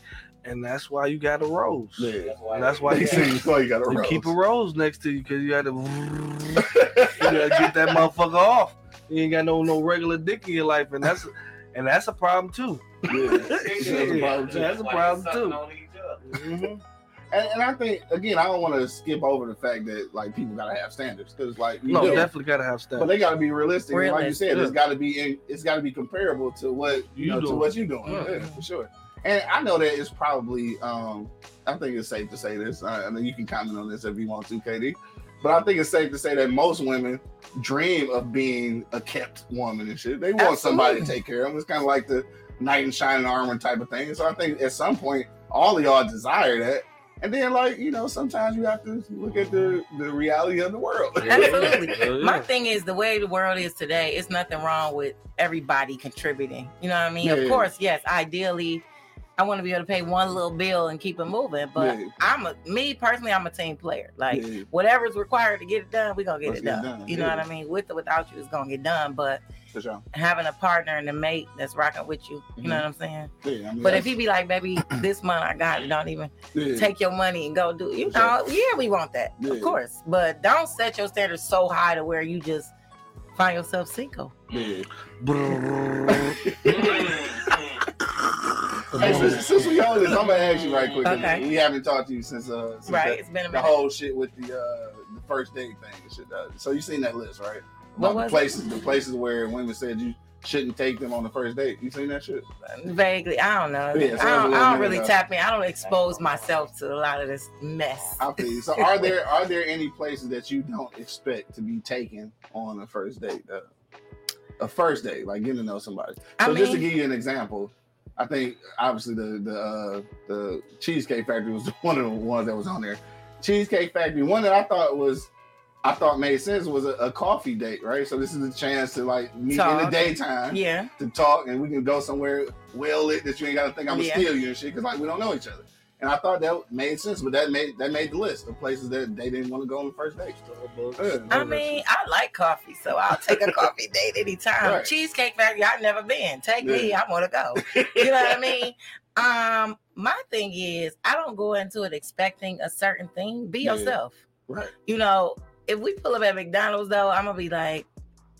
Speaker 5: and that's why you got a rose.
Speaker 2: Yeah.
Speaker 5: And that's why
Speaker 2: He
Speaker 5: you,
Speaker 2: said you saw you got a
Speaker 5: you
Speaker 2: rose.
Speaker 5: keep a rose next to you because you got to. You gotta get that motherfucker off. You ain't got no no regular dick in your life, and that's and that's a problem too.
Speaker 2: Yeah.
Speaker 5: Shit,
Speaker 2: a problem, too.
Speaker 5: that's a
Speaker 9: Like,
Speaker 5: problem,
Speaker 9: sucking
Speaker 5: too.
Speaker 9: on each other.
Speaker 5: Mhm.
Speaker 2: And, and I think again, I don't want to skip over the fact that like people gotta have standards because like you
Speaker 5: No,
Speaker 2: do.
Speaker 5: definitely gotta have
Speaker 2: but
Speaker 5: standards.
Speaker 2: they gotta be realistic. And like you said, it's
Speaker 5: Realistic.
Speaker 2: gotta be in, it's gotta be comparable to what you
Speaker 5: You
Speaker 2: know to
Speaker 5: doing.
Speaker 2: what you're doing
Speaker 5: Yeah.
Speaker 2: yeah, for sure. And I know that it's probably um I think it's safe to say this. I, I mean, you can comment on this if you want to, KD. But I think it's safe to say that most women dream of being a kept woman and shit. They want somebody to
Speaker 8: Absolutely.
Speaker 2: take care of them. It's kind of like the knight in shining armor type of thing. So I think at some point, all of y'all desire that. And then, like you know, sometimes you have to look at the the reality of the world.
Speaker 8: Absolutely.
Speaker 5: Hell yeah.
Speaker 8: My thing is the way the world is today, it's nothing wrong with everybody contributing. You know what I mean?
Speaker 2: Yeah.
Speaker 8: Of course, yes, ideally I want to be able to pay one little bill and keep it moving. But
Speaker 2: Yeah.
Speaker 8: I'm a me personally, I'm a team player. Like
Speaker 2: Yeah.
Speaker 8: whatever's required to get it done, we're gonna get
Speaker 2: Let's
Speaker 8: it
Speaker 2: get it
Speaker 8: done.
Speaker 2: done,
Speaker 8: You know
Speaker 2: yeah.
Speaker 8: what I mean? With or without you, it's gonna get done. But
Speaker 2: For sure.
Speaker 8: having a partner and a mate that's rocking with you, you know what I'm saying?
Speaker 2: Mm-hmm. Yeah, I mean,
Speaker 8: But if
Speaker 2: that's-
Speaker 8: he be like, baby, this month I got it, don't even
Speaker 2: yeah.
Speaker 8: take your money and go do you
Speaker 2: Sure.
Speaker 8: know yeah we want that
Speaker 2: Yeah.
Speaker 8: of course but don't set your standards so high to where you just find yourself single
Speaker 2: Yeah.
Speaker 5: Brrrr.
Speaker 2: Hey, since, since we on this, I'm gonna ask you right quick.
Speaker 8: Okay.
Speaker 2: We haven't talked to you since uh since
Speaker 8: right
Speaker 2: that-
Speaker 8: it's been a
Speaker 2: the
Speaker 8: minute
Speaker 2: whole shit with the uh the first date thing and shit. Uh, so you seen that list, right? About
Speaker 8: What
Speaker 2: the
Speaker 8: was it?
Speaker 2: places the places where women said you shouldn't take them on the first date. You seen that shit?
Speaker 8: vaguely i don't know
Speaker 2: Yeah, so it was a
Speaker 8: i don't, I
Speaker 2: little
Speaker 8: don't really
Speaker 2: minute ago.
Speaker 8: tap in i don't expose myself to a lot of this mess
Speaker 2: I feel you. So are there are there any places that you don't expect to be taken on a first date? Uh, a first date, like getting to know somebody. So
Speaker 8: i
Speaker 2: just to
Speaker 8: mean
Speaker 2: give you an example, I think obviously the the uh, the Cheesecake Factory was one of the ones that was on there. Cheesecake Factory, one that I thought was I thought made sense was a, a coffee date, right? So this is a chance to like meet in the
Speaker 8: Talk.
Speaker 2: daytime,
Speaker 8: Yeah.
Speaker 2: to talk, and we can go somewhere well lit that you ain't got to think I'm gonna
Speaker 8: Yeah.
Speaker 2: steal you and shit because like we don't know each other. And I thought that made sense, but that made that made the list of places that they didn't want to go on the first date. Yeah.
Speaker 8: I mean, I like coffee, so I'll take a coffee date anytime.
Speaker 2: Right.
Speaker 8: Cheesecake Factory, I've never been. Take me, I want to go. You know what I mean? Um, my thing is, I don't go into it expecting a certain thing. Be
Speaker 2: Yeah.
Speaker 8: yourself.
Speaker 2: Right.
Speaker 8: You know, if we pull up at McDonald's, though, I'm gonna be like,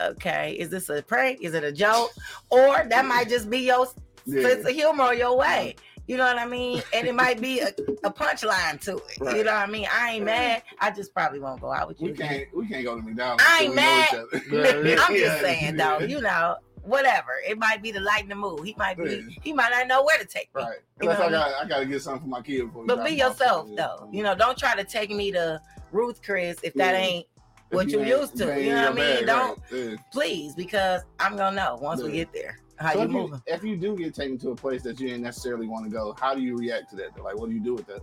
Speaker 8: okay, is this a prank? Is it a joke? Or that might just be your sense
Speaker 2: Yeah.
Speaker 8: of humor or your way. You know what I mean? And it might be a, a punchline to it. You
Speaker 2: Right.
Speaker 8: know what I mean? I ain't mad. I just probably won't go out with you.
Speaker 2: We
Speaker 8: again.
Speaker 2: can't we can't go to McDonald's.
Speaker 8: I
Speaker 2: till
Speaker 8: ain't
Speaker 2: we know each
Speaker 8: mad.
Speaker 2: other.
Speaker 8: I'm
Speaker 2: Yeah.
Speaker 8: just saying though, you know, whatever. It might be the light in the mood. He might be
Speaker 2: Yeah.
Speaker 8: he might not know where to take me.
Speaker 2: Right.
Speaker 8: You
Speaker 2: Unless I
Speaker 8: know what I
Speaker 2: got I gotta get something for my kid before we
Speaker 8: But
Speaker 2: drop
Speaker 8: be
Speaker 2: him off.
Speaker 8: yourself
Speaker 2: Yeah.
Speaker 8: though. You know, don't try to take me to Ruth Chris if that
Speaker 2: Yeah.
Speaker 8: ain't
Speaker 2: If
Speaker 8: what you
Speaker 2: ain't-
Speaker 8: used to,
Speaker 2: ain't
Speaker 8: you
Speaker 2: in
Speaker 8: know what
Speaker 2: your
Speaker 8: I mean?
Speaker 2: bag, right. Yeah.
Speaker 8: please, because I'm gonna know once we
Speaker 2: Yeah.
Speaker 8: get there how
Speaker 2: So
Speaker 8: you
Speaker 2: if,
Speaker 8: moving.
Speaker 2: you, if you do get taken to a place that you didn't necessarily want to go, how do you react to that? Like, what do you do with that?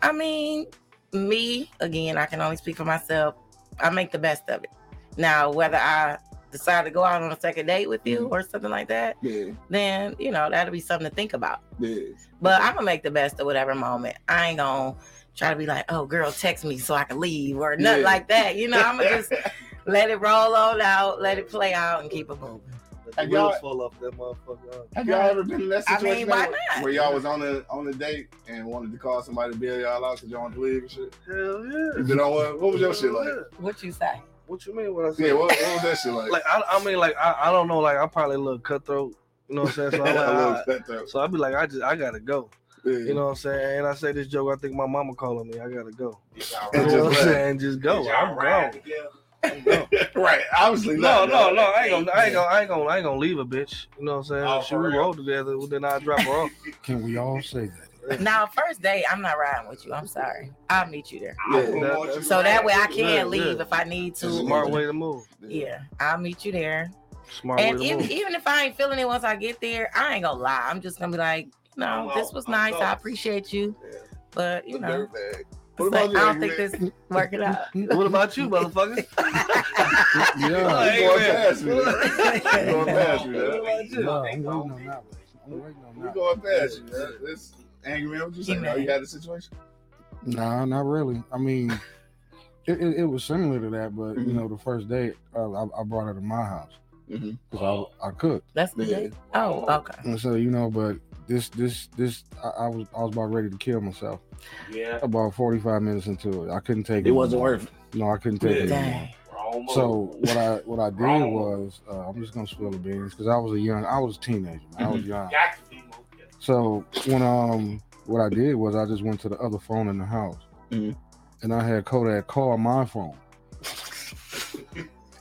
Speaker 8: I mean, me again, I can only speak for myself. I make the best of it. Now, whether I decide to go out on a second date with
Speaker 2: Mm-hmm.
Speaker 8: you or something like that,
Speaker 2: Yeah,
Speaker 8: then you know that'll be something to think about.
Speaker 2: yeah,
Speaker 8: But
Speaker 2: Mm-hmm.
Speaker 8: I'm gonna make the best of whatever moment. I ain't gonna try to be like, oh, girl, text me so I can leave or nothing
Speaker 2: Yeah.
Speaker 8: like that. You know, I'm gonna just let it roll on out, let it play out, and keep it moving.
Speaker 2: Have
Speaker 5: The
Speaker 2: y'all-
Speaker 5: wheels fall off that motherfucker.
Speaker 2: Have y'all ever been in that
Speaker 8: I mean,
Speaker 2: situation
Speaker 8: why
Speaker 2: though,
Speaker 8: not?
Speaker 2: where y'all was on a on a date and wanted to call somebody to bail y'all out because y'all wanted to leave and shit?
Speaker 5: Hell yeah.
Speaker 2: You been on one? What was your shit like?
Speaker 5: Yeah.
Speaker 8: What you say?
Speaker 5: What you mean? What I said?
Speaker 2: Yeah, what, what was that shit like?
Speaker 5: like I, I mean, like I, I don't know. Like I'm probably a little cutthroat. You know what I'm saying? So
Speaker 2: I
Speaker 5: I'm
Speaker 2: love
Speaker 5: like,
Speaker 2: that though.
Speaker 5: I, so I'd be like, I just I gotta go.
Speaker 2: Yeah.
Speaker 5: You know what I'm saying? And I say this joke. I think my mama calling me. I gotta go. You
Speaker 2: And
Speaker 5: know
Speaker 2: just
Speaker 5: what I'm
Speaker 2: left.
Speaker 5: saying? Just go. I'm
Speaker 9: right.
Speaker 5: gone.
Speaker 2: right, obviously
Speaker 5: No,
Speaker 2: not. though.
Speaker 5: no, no. I ain't gonna, I ain't gonna, I ain't gonna, I ain't gonna leave a bitch. You know what I'm saying?
Speaker 9: Oh,
Speaker 5: If she
Speaker 9: for
Speaker 5: we
Speaker 9: real?
Speaker 5: roll together, well, then I drop her off.
Speaker 3: Can we all say that?
Speaker 8: Now, first day, I'm not riding with you. I'm sorry. I'll meet you there.
Speaker 2: Yeah,
Speaker 8: So that way I can
Speaker 5: Yeah,
Speaker 8: leave
Speaker 5: yeah.
Speaker 8: if I need to.
Speaker 5: Smart way to move.
Speaker 8: Yeah, I'll meet you there.
Speaker 5: Smart
Speaker 8: and
Speaker 5: way to
Speaker 8: even,
Speaker 5: move.
Speaker 8: even if I ain't feeling it once I get there, I ain't gonna lie. I'm just gonna be like, no,
Speaker 9: I'm
Speaker 8: this
Speaker 9: out.
Speaker 8: was
Speaker 9: I'm
Speaker 8: nice. I
Speaker 9: out.
Speaker 8: appreciate you. But
Speaker 2: The
Speaker 8: you know,
Speaker 2: dirtbag. What
Speaker 8: it's
Speaker 2: about
Speaker 8: like,
Speaker 2: you?
Speaker 8: I don't
Speaker 2: You
Speaker 8: think
Speaker 2: been-
Speaker 8: this is working out.
Speaker 5: What about you, motherfucker?
Speaker 3: Yeah.
Speaker 2: You going past me? though. You going past me? though.
Speaker 3: No, I'm waiting on that one. I'm waiting on
Speaker 2: We
Speaker 3: that.
Speaker 2: going past you. man. This angry man, what you say? No, you had the situation.
Speaker 3: Nah, not really. I mean, it, it, it was similar to that, but you
Speaker 2: Mhm.
Speaker 3: know, the first day uh, I, I brought her to my house
Speaker 2: Mhm.
Speaker 3: because I I cooked,
Speaker 8: That's the
Speaker 2: Yeah.
Speaker 8: day. Oh, okay.
Speaker 3: and so you know, but this this this I, I was I was about ready to kill myself
Speaker 9: Yeah.
Speaker 3: about forty five minutes into it. I couldn't take it.
Speaker 1: It wasn't
Speaker 3: anymore.
Speaker 1: worth it.
Speaker 3: No, I couldn't take it. Anymore.
Speaker 8: Dang.
Speaker 9: Wrong
Speaker 3: So what I what I did
Speaker 9: Wrong.
Speaker 3: was uh, I'm just gonna spill the beans because I was a young I was a teenager. man. I was young.
Speaker 9: Got to be more careful.
Speaker 3: So when um what I did was I just went to the other phone in the house,
Speaker 2: Mhm.
Speaker 3: and I had Kodak call my phone,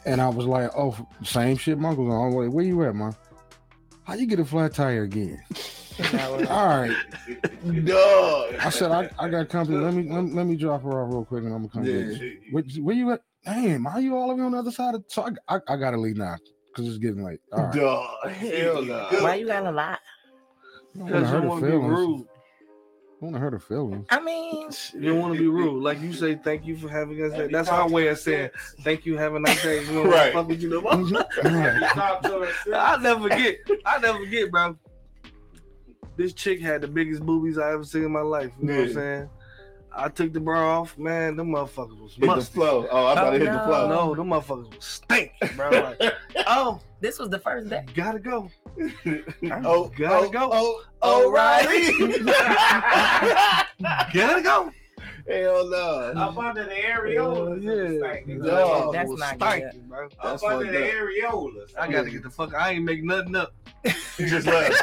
Speaker 3: and I was like, "Oh, same shit, Monk was on. Like, where you at, man? How you get a flat tire again? All right,
Speaker 8: Mm-hmm.
Speaker 2: Duh.
Speaker 3: I said I, I got company. Let me let, me- let me drop her off real quick, and I'm gonna come get you. Where, where you at? Damn, how you all the way on the other side? Of, so I, I I gotta leave now because it's getting late. All right,
Speaker 2: Duh. Hell no.
Speaker 8: Why you gotta lie?
Speaker 3: I don't wanna
Speaker 5: Because you
Speaker 3: hurt her
Speaker 5: want to be
Speaker 3: feelings.
Speaker 5: rude.
Speaker 3: I want to hurt her feelings.
Speaker 8: I mean,
Speaker 5: You want to be rude. Like you say, thank you for having us.
Speaker 9: Every
Speaker 5: That's
Speaker 9: time
Speaker 5: our way
Speaker 9: you
Speaker 5: of saying
Speaker 9: sit,
Speaker 5: thank you. Have a nice day. You wanna
Speaker 2: Right.
Speaker 5: fuck with you no more?
Speaker 3: Mhm.
Speaker 9: you talk to her, sit.
Speaker 5: I never forget. I never forget, bro. This chick had the biggest boobies I ever seen in my life. You know what I'm
Speaker 2: Yeah.
Speaker 5: saying? I took the bra off, man. Them motherfuckers was
Speaker 2: Hit the
Speaker 5: must.
Speaker 2: flow. Oh, I thought it hit
Speaker 8: no.
Speaker 2: the flow.
Speaker 5: No, them motherfuckers was stink, bro. Like, oh,
Speaker 8: this was the first day.
Speaker 5: gotta go.
Speaker 2: Oh,
Speaker 5: Gotta
Speaker 2: oh,
Speaker 5: go.
Speaker 2: Oh, O'Reilly.
Speaker 5: Gotta go.
Speaker 2: Hell no.
Speaker 9: Up under the
Speaker 2: Oh,
Speaker 9: areolas.
Speaker 5: Yeah.
Speaker 9: Like,
Speaker 5: Yeah.
Speaker 2: Dog
Speaker 8: That's
Speaker 5: was
Speaker 8: not
Speaker 5: stanky, bro.
Speaker 9: Up
Speaker 2: That's
Speaker 9: under
Speaker 2: fucked
Speaker 9: the
Speaker 2: up.
Speaker 9: areolas.
Speaker 5: I gotta get the fuck. I ain't make nothing up.
Speaker 2: You just left.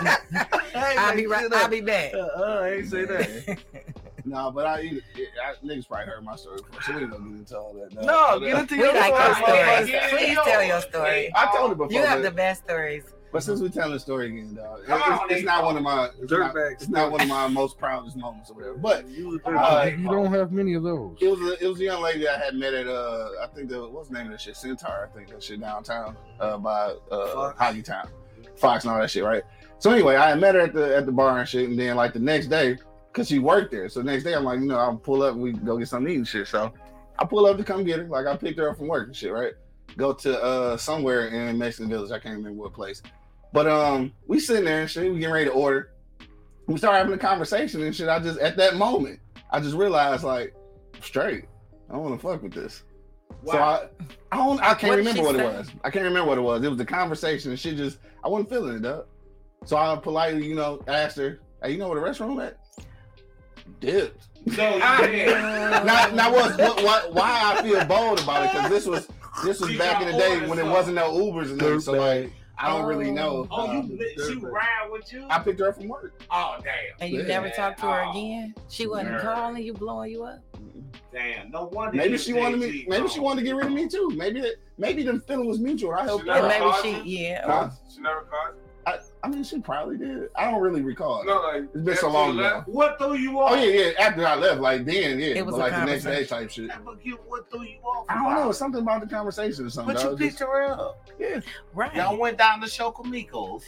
Speaker 8: I'll be right. I'll be back.
Speaker 5: Uh, uh, I ain't say that.
Speaker 2: no, but I, it, I niggas probably heard my story before, so we ain't gonna get into all that.
Speaker 5: No, get into
Speaker 8: We
Speaker 5: your
Speaker 8: like your
Speaker 5: story.
Speaker 8: stories.
Speaker 9: Yeah.
Speaker 8: Please tell your story.
Speaker 2: I told it before.
Speaker 8: You have
Speaker 2: but,
Speaker 8: the best stories.
Speaker 2: but since we're telling the story again, dog, it,
Speaker 9: Come
Speaker 2: it's,
Speaker 9: on,
Speaker 2: it's
Speaker 9: nigga.
Speaker 2: not one of my it's not,
Speaker 5: Dirtbags.
Speaker 2: it's not one of my most proudest moments or whatever. But
Speaker 5: You a
Speaker 2: Uh,
Speaker 5: dirtbag.
Speaker 3: You- you don't have many of those.
Speaker 2: it was a it was a young lady I had met at uh I think the what's the name of that shit Centaur I think that shit downtown uh by uh
Speaker 5: Fox.
Speaker 2: Hoggy Town Fox and all that shit right so anyway I had met her at the at the bar and shit and then like the next day because she worked there so the next day I'm like you know I'll pull up and we go get something to eat and shit so I pull up to come get her. Like I picked her up from work and shit, right? Go to uh somewhere in Mexican Village. I can't remember what place. But um, we sitting there and shit. We getting ready to order. We start having a conversation and shit. I just at that moment, I just realized like straight. I don't want to fuck with this. So I, I don't. I can't
Speaker 8: What did
Speaker 2: remember
Speaker 8: she
Speaker 2: what
Speaker 8: say?
Speaker 2: it was. I can't remember what it was. It was a conversation, and she just. I wasn't feeling it, though. So I politely, you know, asked her, "Hey, you know where the restroom at?" Dipped.
Speaker 9: No, yeah.
Speaker 2: Now, now what's, what, what, why I feel bold about it? Because this was this was
Speaker 9: She
Speaker 2: back in
Speaker 9: got
Speaker 2: the day
Speaker 9: orders
Speaker 2: when it
Speaker 9: up.
Speaker 2: wasn't no Ubers and nothing. So like, I don't really
Speaker 8: Oh.
Speaker 2: know.
Speaker 9: Oh,
Speaker 2: Um,
Speaker 9: you lit, she ride with you?
Speaker 2: I picked her up from work.
Speaker 9: Oh, damn.
Speaker 8: And you
Speaker 2: Yeah.
Speaker 8: never talked to her
Speaker 9: Oh,
Speaker 8: again. She wasn't
Speaker 9: nerd.
Speaker 8: calling you, blowing you up.
Speaker 9: Damn. No wonder.
Speaker 2: Maybe
Speaker 9: you
Speaker 2: she wanted
Speaker 9: said
Speaker 2: me. Maybe she wanted to get rid of me too. Maybe that. Maybe the feeling was mutual. I helped
Speaker 9: Never
Speaker 8: Or
Speaker 2: her.
Speaker 8: maybe
Speaker 9: called
Speaker 8: she, yeah.
Speaker 2: Huh?
Speaker 9: She never caught.
Speaker 2: I, I mean, she probably did. I don't really recall.
Speaker 9: No, like
Speaker 2: It's been so long ago.
Speaker 9: What threw you off?
Speaker 2: Oh yeah, yeah. After I left, like then, yeah,
Speaker 8: It was
Speaker 2: but,
Speaker 8: a
Speaker 2: like the next day type shit.
Speaker 9: That book you- What threw you off?
Speaker 2: I don't
Speaker 9: about
Speaker 2: know.
Speaker 9: it?
Speaker 2: It's something about the conversation or something.
Speaker 9: But you
Speaker 2: dog.
Speaker 9: picked
Speaker 2: Just-
Speaker 9: her up.
Speaker 2: yeah.
Speaker 8: Right.
Speaker 9: Y'all went down to Chocomicos.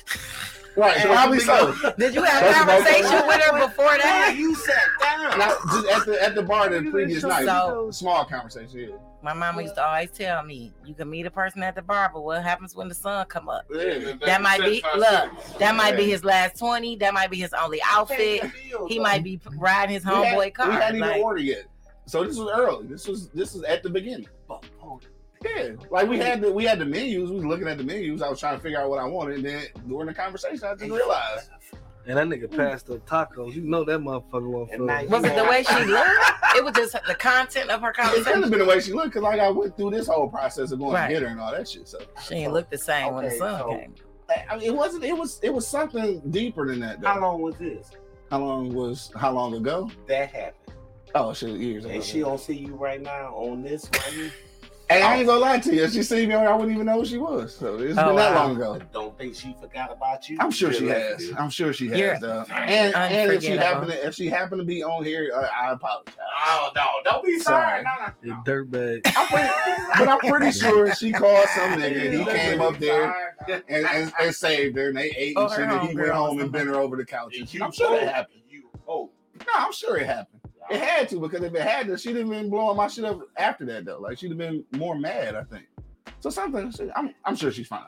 Speaker 2: Right.
Speaker 9: And-
Speaker 2: Probably so.
Speaker 8: Did you have a
Speaker 2: That's about
Speaker 8: conversation
Speaker 2: the-
Speaker 8: with her before
Speaker 9: Yeah,
Speaker 8: that?
Speaker 9: you sat down.
Speaker 2: Not just at the at the bar the previous
Speaker 8: So-
Speaker 2: night. Small conversation. Yeah.
Speaker 8: My mama used to always tell me, you can meet a person at the bar, but what happens when the sun come up?
Speaker 2: Yeah.
Speaker 8: That might be look. That might be
Speaker 2: Yeah.
Speaker 8: his last twenty. That might be his only outfit. He might be riding his
Speaker 2: we
Speaker 8: homeboy
Speaker 2: had, We
Speaker 8: car.
Speaker 2: hadn't even
Speaker 8: like,
Speaker 2: ordered yet. So this was early. This was this was at the beginning. Yeah, like we had the we had the menus. We was looking at the menus. I was trying to figure out what I wanted. And then during the conversation, I just realized.
Speaker 1: And that nigga passed up tacos. You know that motherfucker won't
Speaker 9: And now
Speaker 1: fuck.
Speaker 8: was it the way she looked? It was just the content of her
Speaker 2: It could have
Speaker 8: conversation.
Speaker 2: been the way she looked, cause like I went through this whole process of going
Speaker 8: Right.
Speaker 2: to get her and all that shit. So
Speaker 8: She ain't looked the same when the
Speaker 9: Okay,
Speaker 8: sun
Speaker 9: so-
Speaker 8: came.
Speaker 2: I mean, it wasn't. It was. It was something deeper than that. Though.
Speaker 9: How long was this?
Speaker 2: How long was? How long ago?
Speaker 9: That happened.
Speaker 2: Oh shit, years ago.
Speaker 9: And she don't see you right now on this right here.
Speaker 2: Hey, I ain't gonna lie to you. If she seen me, I wouldn't even know who she was. So it's
Speaker 8: Oh,
Speaker 2: been that
Speaker 8: wow.
Speaker 2: long ago.
Speaker 9: I don't think she forgot about you.
Speaker 2: I'm sure she
Speaker 9: Yeah,
Speaker 2: has.
Speaker 9: dude.
Speaker 2: I'm sure she
Speaker 8: You're
Speaker 2: has. though. And and if she
Speaker 8: unforgettable.
Speaker 2: happened to if she happened to be on here, uh, I apologize.
Speaker 9: Oh no! Don't be sorry.
Speaker 2: Sorry.
Speaker 1: You dirtbag.
Speaker 2: I'm pretty, but I'm pretty sure she called some nigga and he came up there
Speaker 9: and,
Speaker 2: and, and, and saved her and they ate
Speaker 8: Or
Speaker 2: and shit and he
Speaker 8: homegirl or
Speaker 2: went home
Speaker 8: something.
Speaker 2: and bent her over the couch.
Speaker 9: you
Speaker 2: I'm sure that happened.
Speaker 9: You oh
Speaker 2: No, I'm sure it happened. It had to because if it had to, she'd have been blowing my shit up after that though. Like she'd have been more mad, I think. So something. I'm I'm sure she's fine.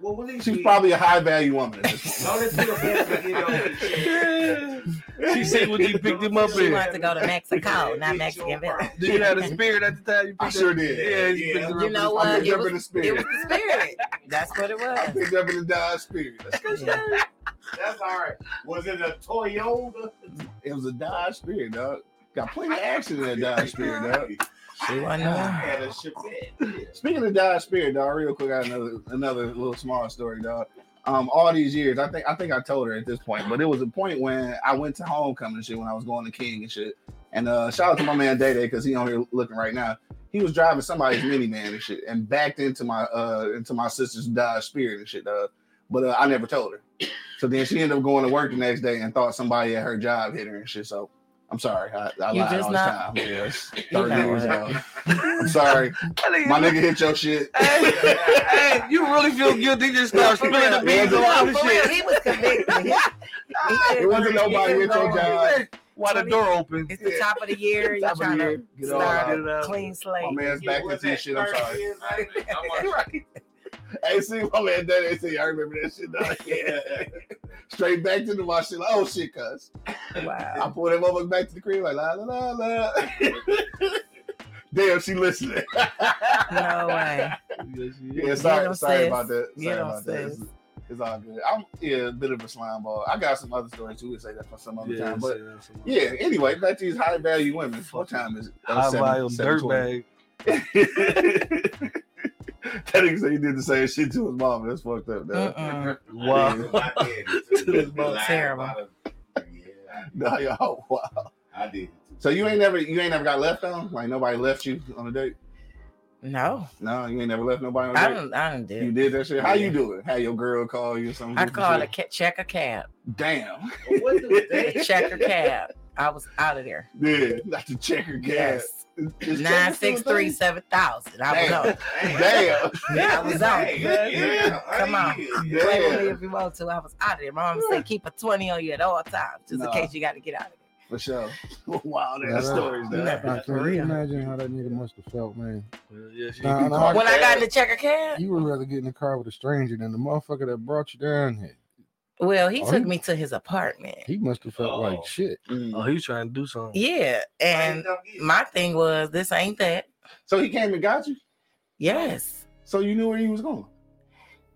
Speaker 9: well, what is
Speaker 2: She's
Speaker 9: she-
Speaker 2: probably a high value woman at this
Speaker 9: No,
Speaker 2: point.
Speaker 9: this is a best to get on.
Speaker 1: She said when you picked him up
Speaker 8: She
Speaker 1: in.
Speaker 8: wanted to go to Mexico, not
Speaker 9: It's your
Speaker 8: Mexican village.
Speaker 9: problem.
Speaker 1: You had a spirit at the time you
Speaker 2: I
Speaker 1: picked
Speaker 2: sure
Speaker 1: up.
Speaker 2: did.
Speaker 1: Yeah, you
Speaker 9: Yeah.
Speaker 1: picked her up.
Speaker 8: You know
Speaker 2: I
Speaker 8: what?
Speaker 2: picked
Speaker 8: It
Speaker 2: up in
Speaker 8: was,
Speaker 2: the
Speaker 8: it was
Speaker 2: spirit.
Speaker 8: the spirit. That's what it
Speaker 2: I
Speaker 8: was.
Speaker 2: picked up in the Dodge Spirit.
Speaker 8: Yeah.
Speaker 9: That's all right. Was it a Toyota?
Speaker 2: It was a Dodge Spirit, dog. Got plenty of action in that Dodge Spirit, dog.
Speaker 8: I know.
Speaker 9: Had a Chevette.
Speaker 2: Speaking of Dodge Spirit, dog, real quick, I got another another little small story, dog. Um, all these years, I think I think I told her at this point, but it was a point when I went to homecoming and shit when I was going to King and shit. And uh, shout out to my man Day Day because he on here looking right now. He was driving somebody's minivan and shit, and backed into my uh into my sister's Dodge Spirit and shit, dog. But uh, I never told her. So then she ended up going to work the next day and thought somebody at her job hit her and shit. So I'm sorry, I, I
Speaker 8: You
Speaker 2: lied
Speaker 8: just
Speaker 2: all the time.
Speaker 8: not-
Speaker 2: Yes,
Speaker 8: You
Speaker 2: thirty
Speaker 8: not
Speaker 2: years
Speaker 8: lying.
Speaker 2: ago. I'm sorry. My nigga hit your shit.
Speaker 1: Hey, hey, you really feel guilty just start spilling the
Speaker 2: Yeah,
Speaker 1: beans on all this
Speaker 8: For real,
Speaker 1: shit.
Speaker 8: he was convicted. He- he
Speaker 2: It wasn't nobody with your job.
Speaker 1: Why the door open?
Speaker 8: It's the top of the year. You're
Speaker 2: Top of the
Speaker 8: trying
Speaker 2: year.
Speaker 8: to
Speaker 2: Get all
Speaker 8: start
Speaker 2: out.
Speaker 1: Get it out.
Speaker 8: a clean slate.
Speaker 2: My man's back
Speaker 9: Was
Speaker 2: into his
Speaker 9: that
Speaker 2: shit. I'm
Speaker 9: first
Speaker 2: sorry.
Speaker 9: year? I think- I'm like,
Speaker 2: Hey, see, my man done it. See, I remember that shit. Though. Yeah. Straight back to the my shit. Like, oh shit, cuz. I
Speaker 8: Wow.
Speaker 2: pulled that motherfucker back to the crib. Like la la la la. Damn, she listening.
Speaker 8: No way.
Speaker 2: yeah,
Speaker 8: Get
Speaker 2: sorry,
Speaker 8: 'em,
Speaker 2: sorry
Speaker 8: sis.
Speaker 2: about that. Sorry
Speaker 8: Get 'em,
Speaker 2: about that. It's,
Speaker 8: sis.
Speaker 2: it's all good. I'm yeah, a bit of a slime ball. I got some other stories too. We'll say that for some other
Speaker 1: Yeah,
Speaker 2: time. But
Speaker 1: say that some more.
Speaker 2: yeah, anyway, back to these high value women. What time is it? Oh,
Speaker 1: High
Speaker 2: seven-
Speaker 1: volume
Speaker 2: 7:20.
Speaker 1: dirtbag.
Speaker 2: that nigga said he did the same shit to his mom. That's fucked up, though.
Speaker 8: Mm-mm.
Speaker 1: Wow.
Speaker 9: I did it too.
Speaker 1: That's
Speaker 9: Lying
Speaker 8: terrible.
Speaker 9: about it. Yeah,
Speaker 2: No, yo, wow.
Speaker 9: I did. it too.
Speaker 2: So you ain't never you ain't never got left on? Like nobody left you on a date?
Speaker 8: No,
Speaker 2: No, you ain't never left nobody on
Speaker 8: I
Speaker 2: a date.
Speaker 8: don't. I don't
Speaker 2: You
Speaker 8: do. it.
Speaker 2: did that shit. How you do it? Had your girl call you or something?
Speaker 8: I called a ca- check a cab.
Speaker 2: damn.
Speaker 9: Well, what do they?
Speaker 8: A check a cab. I was out of there.
Speaker 2: Yeah, not the checker gas.
Speaker 8: Yes.
Speaker 2: Is checker
Speaker 8: Nine
Speaker 2: still a
Speaker 8: six three
Speaker 2: thing?
Speaker 8: seven thousand. I was
Speaker 2: Damn.
Speaker 8: on.
Speaker 2: Damn.
Speaker 8: I was on.
Speaker 9: Hey, yeah, yeah,
Speaker 8: Come on.
Speaker 9: yeah.
Speaker 8: Play with me
Speaker 2: Damn.
Speaker 8: if you want to. I was out of there. My mom said keep a twenty on you at all times, just
Speaker 2: Nah.
Speaker 8: in case you got to get out of
Speaker 2: for sure. Wild
Speaker 3: Yeah,
Speaker 2: ass stories. though.
Speaker 3: Now, can you imagine how that nigga must have felt, man? Nah, nah,
Speaker 8: when I got in the checker cab,
Speaker 3: you would rather get in the car with a stranger than the motherfucker that brought you down here.
Speaker 8: well, he
Speaker 3: Oh,
Speaker 8: took
Speaker 3: he-
Speaker 8: me to his apartment.
Speaker 3: He must have felt
Speaker 9: Oh.
Speaker 3: like shit.
Speaker 2: Mm.
Speaker 1: Oh, he was trying to do something.
Speaker 8: Yeah, and my thing was, this ain't that.
Speaker 2: So he came and got you.
Speaker 8: Yes,
Speaker 2: So you knew where he was going.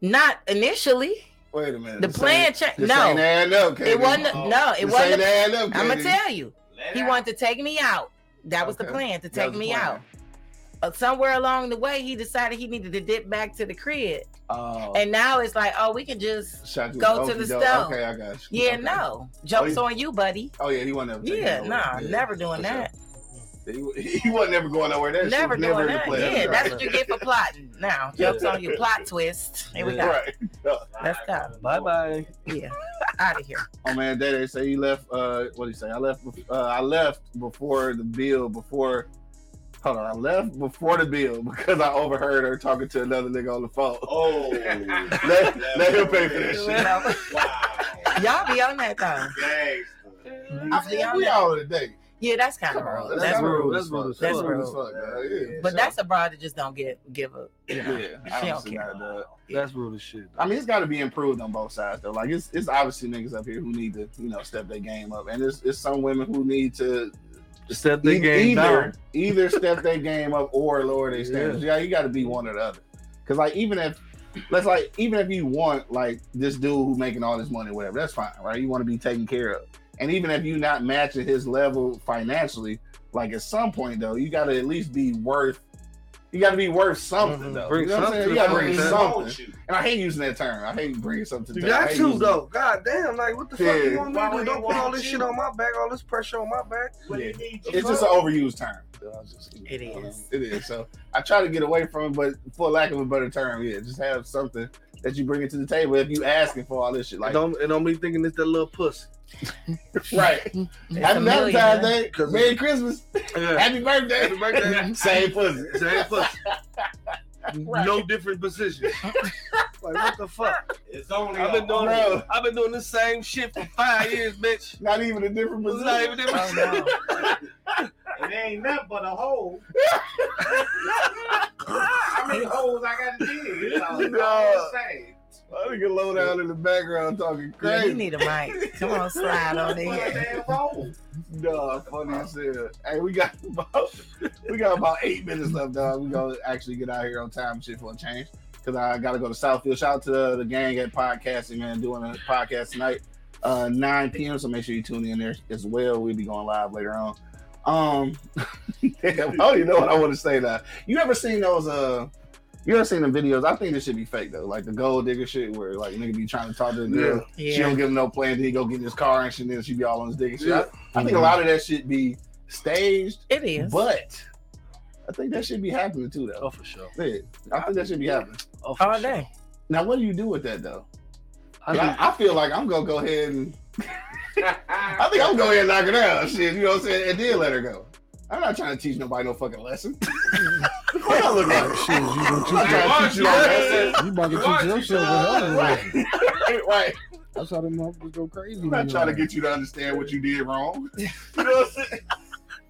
Speaker 8: not initially.
Speaker 2: Wait a minute.
Speaker 8: The
Speaker 2: This
Speaker 8: plan
Speaker 2: ain't-
Speaker 8: changed.
Speaker 2: this
Speaker 8: No,
Speaker 2: ain't adding up,
Speaker 8: it
Speaker 2: Katie.
Speaker 8: wasn't.
Speaker 9: Oh.
Speaker 8: No, it
Speaker 2: This
Speaker 8: wasn't.
Speaker 2: ain't adding up,
Speaker 8: I'm gonna
Speaker 2: Katie.
Speaker 8: tell you, he wanted to take me out. That was the
Speaker 2: Okay.
Speaker 8: plan to
Speaker 2: That
Speaker 8: take
Speaker 2: was
Speaker 8: me
Speaker 2: the plan.
Speaker 8: out. Uh, somewhere along the way, he decided he needed to dip back to the crib,
Speaker 2: Oh,
Speaker 8: and now it's like, oh, we can just.
Speaker 2: shot you
Speaker 8: go
Speaker 2: with
Speaker 8: to the
Speaker 2: okey-doke.
Speaker 8: stove.
Speaker 2: Okay, I got you.
Speaker 8: Yeah,
Speaker 2: Okay.
Speaker 8: no, jumps
Speaker 2: he-
Speaker 8: on Oh, you, buddy.
Speaker 2: Oh yeah, he wasn't ever. taking
Speaker 8: Yeah,
Speaker 2: nowhere.
Speaker 8: nah, never doing
Speaker 2: for sure.
Speaker 8: that.
Speaker 2: He, he wasn't ever going nowhere. That shit
Speaker 8: Never
Speaker 2: was
Speaker 8: doing
Speaker 2: in the
Speaker 8: that.
Speaker 2: plan.
Speaker 8: Yeah,
Speaker 2: Right.
Speaker 8: that's what you get for plotting. Now, jokes on your plot twist. Here we go.
Speaker 2: Right.
Speaker 8: Let's go.
Speaker 1: Bye bye.
Speaker 8: Yeah, out of here.
Speaker 2: Oh man, Daddy say he left. Uh, what do you say? I left. bef- Uh, I left before the bill. Before, hold on. I left before the bill because I overheard her talking to another nigga on the phone.
Speaker 9: Oh,
Speaker 2: Let, let him pay for that
Speaker 8: You
Speaker 2: shit.
Speaker 8: know? Y'all be on that though.
Speaker 2: I mean, we all in the day.
Speaker 8: Yeah, that's kind of
Speaker 2: Come on,
Speaker 8: rude. That's
Speaker 2: not
Speaker 8: rude.
Speaker 2: rude.
Speaker 1: That's
Speaker 2: as fuck.
Speaker 1: rude as
Speaker 2: That's
Speaker 8: fuck.
Speaker 2: rude as fuck. man. Yeah,
Speaker 8: But
Speaker 2: sure.
Speaker 8: that's a broad that just don't get give up. You know?
Speaker 2: yeah.
Speaker 8: She don't
Speaker 2: obviously
Speaker 8: care.
Speaker 2: not, uh,
Speaker 1: That's rude as shit.
Speaker 2: I mean, it's got to be improved on both sides, though. Like, it's it's obviously niggas up here who need to, you know, step their game up, and it's it's some women who need to
Speaker 1: Step the
Speaker 2: e-
Speaker 1: game
Speaker 2: either
Speaker 1: down.
Speaker 2: either step their game up or lower their standards. Yeah, you got to be one or the other. Because like even if let's like even if you want like this dude who making all this money, whatever, that's fine, right? You want to be taken care of, and even if you not matching his level financially, like at some point though, you got to at least be worth. You got to be worth something,
Speaker 1: Mhm.
Speaker 2: though.
Speaker 1: Bring
Speaker 2: you know what I'm
Speaker 1: something to
Speaker 2: saying? You got to
Speaker 1: the
Speaker 2: bring
Speaker 1: table.
Speaker 2: something. And I hate using that term. I hate bringing something to
Speaker 5: You
Speaker 2: the table. I
Speaker 5: got
Speaker 2: hate
Speaker 5: to
Speaker 2: using-
Speaker 5: though. God damn, like what the fuck
Speaker 2: Yeah.
Speaker 5: you want me
Speaker 9: Why
Speaker 5: to do?
Speaker 9: would
Speaker 5: Don't
Speaker 9: he
Speaker 5: put all
Speaker 9: want
Speaker 5: this
Speaker 9: you?
Speaker 5: shit on my back, all this pressure on my back.
Speaker 2: Yeah. It's
Speaker 9: It's
Speaker 2: just an overused term. Um,
Speaker 8: It is.
Speaker 2: It is. So I try to get away from it, but for lack of a better term, yeah, just have something that you bring it to the table if you asking for all this shit. Like,
Speaker 1: don't and don't be thinking it's that little pussy.
Speaker 2: right.
Speaker 8: It's
Speaker 2: Happy
Speaker 8: a million, huh?
Speaker 2: Valentine's Day. Merry Christmas.
Speaker 1: Yeah.
Speaker 2: Happy birthday.
Speaker 1: Happy birthday.
Speaker 2: Same pussy.
Speaker 1: Same pussy. No different positions. like what the fuck?
Speaker 9: It's only.
Speaker 1: I've been
Speaker 9: a-
Speaker 1: doing
Speaker 2: Bro.
Speaker 1: I've been doing the same shit for five years, bitch.
Speaker 2: Not even a different
Speaker 1: It's
Speaker 2: position.
Speaker 1: not even different.
Speaker 8: Oh, no.
Speaker 9: It ain't nothing but a hole. How many holes I got to dig? It's all- it's all the same.
Speaker 2: I think low down in the background talking
Speaker 8: Yeah,
Speaker 2: crazy.
Speaker 8: you need a mic. Come on, slide on in
Speaker 9: But a
Speaker 8: here.
Speaker 9: damn hole.
Speaker 2: Duh, funny as hell. Hey, we got about we got about eight minutes left, dog. We gonna actually get out here on time and shit for a change. Cause I gotta go to Southfield. Shout out to the, the gang at podcasting, man, doing a podcast tonight, uh 9 p.m. So make sure you tune in there as well. We'll be going live later on. Um damn, I don't even know what I want to say now. You ever seen those uh you ever seen the videos? I think this should be fake though, like the gold digger shit where like nigga be trying to talk to the girl. She
Speaker 8: Yeah.
Speaker 2: don't give him no plan. Then he go get in his car and shit. Then she be all on his dick. and shit. I, I think a lot of that shit be staged,
Speaker 8: It is.
Speaker 2: but I think that should be happening too,
Speaker 5: Oh.
Speaker 2: though.
Speaker 1: Oh, for sure.
Speaker 2: Yeah, I think that should be happening.
Speaker 1: Oh, for
Speaker 8: all
Speaker 1: sure.
Speaker 8: day.
Speaker 2: Now, what do you do with that though?
Speaker 1: I
Speaker 2: I,
Speaker 1: think-
Speaker 2: I feel like I'm gonna go ahead and
Speaker 9: Oh,
Speaker 2: I think I'm gonna go ahead and knock it out. Shit, you know what I'm saying? And then let her go. I'm not trying to teach nobody no fucking lesson. what I look like?
Speaker 3: Shit, you gonna teach
Speaker 2: I'm not
Speaker 3: that-
Speaker 2: trying to teach you no lesson.
Speaker 3: you about to teach yourself a hell of a lesson.
Speaker 2: Right, right.
Speaker 3: That's how them motherfuckers go crazy.
Speaker 2: I'm not trying to get you to understand what you did wrong. You know what I'm saying?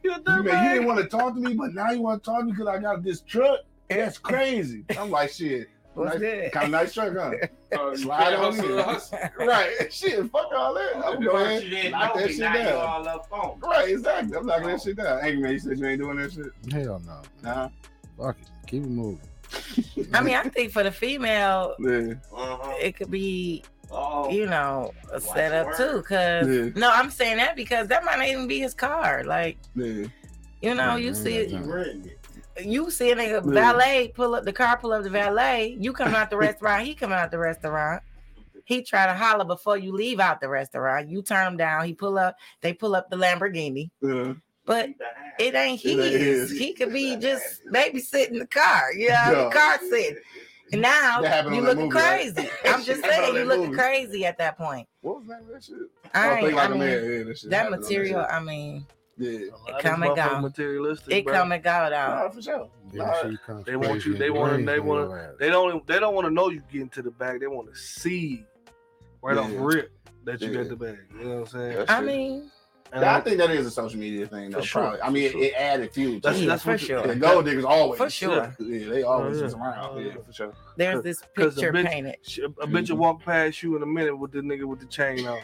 Speaker 1: You're a
Speaker 2: You, man, you
Speaker 1: dirtbag.
Speaker 2: didn't want to talk to me, but now you want to talk to me because I got this truck. That's crazy. I'm like, shit.
Speaker 8: What's good?
Speaker 2: Kind of nice truck, huh?
Speaker 9: Uh,
Speaker 2: Slide on
Speaker 9: hustle,
Speaker 2: in.
Speaker 9: hustle.
Speaker 2: right. Shit, fuck all that. I'm
Speaker 9: First
Speaker 2: going
Speaker 9: you
Speaker 2: ahead
Speaker 9: didn't
Speaker 2: knock
Speaker 9: know
Speaker 2: that
Speaker 9: me,
Speaker 2: shit
Speaker 9: now you
Speaker 2: down.
Speaker 9: all up on me.
Speaker 2: Right, exactly. I'm knocking that shit down. Angry man, you said you ain't doing that shit.
Speaker 3: Hell no.
Speaker 2: Nah.
Speaker 3: Fuck it. Keep it moving.
Speaker 8: I mean, I think for the female,
Speaker 2: Yeah.
Speaker 9: Uh-huh.
Speaker 8: it could be
Speaker 9: Oh.
Speaker 8: you know a
Speaker 9: Watch
Speaker 8: setup
Speaker 9: your
Speaker 8: too. Cause
Speaker 2: Yeah.
Speaker 8: no, I'm saying that because that might not even be his car. Like
Speaker 2: Yeah.
Speaker 8: you know, you
Speaker 2: Mm-hmm.
Speaker 3: Mhm.
Speaker 8: see it.
Speaker 9: You ruined it.
Speaker 8: you see a nigga valet pull up the car, pull up the valet. You come out the restaurant, he come out the restaurant. He try to holler before you leave out the restaurant. You turn him down. He pull up. They pull up the Lamborghini,
Speaker 2: yeah.
Speaker 8: but it ain't
Speaker 2: It ain't
Speaker 8: his.
Speaker 2: his.
Speaker 8: He could be just babysitting the car. You know,
Speaker 2: Yeah.
Speaker 8: the car sitting. And now
Speaker 2: That happened
Speaker 8: you
Speaker 2: on that
Speaker 8: looking
Speaker 2: movie, right?
Speaker 8: crazy. I'm just
Speaker 2: That happened
Speaker 8: saying
Speaker 2: on
Speaker 8: you
Speaker 2: that
Speaker 8: looking
Speaker 2: movie.
Speaker 8: crazy at that point.
Speaker 2: What was the name of that shit?
Speaker 8: I,
Speaker 2: Oh,
Speaker 8: ain't-
Speaker 2: think like
Speaker 8: I
Speaker 2: a
Speaker 8: mean,
Speaker 2: man. Yeah, that shit
Speaker 8: that
Speaker 2: happened on
Speaker 8: material. I mean,
Speaker 2: shit.
Speaker 1: A
Speaker 2: Yeah.
Speaker 1: lot of
Speaker 8: come and go.
Speaker 1: motherfuckers Materialistic,
Speaker 8: it
Speaker 1: bro.
Speaker 8: come and go though.
Speaker 2: Nah, for sure.
Speaker 3: Then she comes
Speaker 1: They want
Speaker 3: crazy
Speaker 1: you- they
Speaker 3: and
Speaker 1: want- they
Speaker 3: crazy
Speaker 1: want-
Speaker 3: and all that.
Speaker 1: They don't. They don't want to know you get into the bag. They want to see right off
Speaker 2: Yeah.
Speaker 1: rip that you
Speaker 2: Yeah.
Speaker 1: got the bag. You know what I'm saying?
Speaker 2: That
Speaker 8: I
Speaker 2: shit-
Speaker 8: mean,
Speaker 2: Yeah, I think that is a social media thing, though.
Speaker 5: Uh, For sure,
Speaker 2: Probably. I mean,
Speaker 5: for
Speaker 2: it, it added fuel. to
Speaker 5: That's-
Speaker 2: it.
Speaker 5: that's for sure.
Speaker 2: The gold diggers always.
Speaker 8: For sure.
Speaker 2: Yeah, they always
Speaker 5: Oh, yeah.
Speaker 2: was around.
Speaker 5: Oh,
Speaker 2: yeah,
Speaker 5: yeah.
Speaker 2: for sure.
Speaker 8: There's this
Speaker 5: 'Cause the
Speaker 8: picture
Speaker 5: bitch-
Speaker 8: painted.
Speaker 5: Shit, I bet you
Speaker 2: Mm-hmm.
Speaker 5: walk past you in a minute with the nigga with the chain on.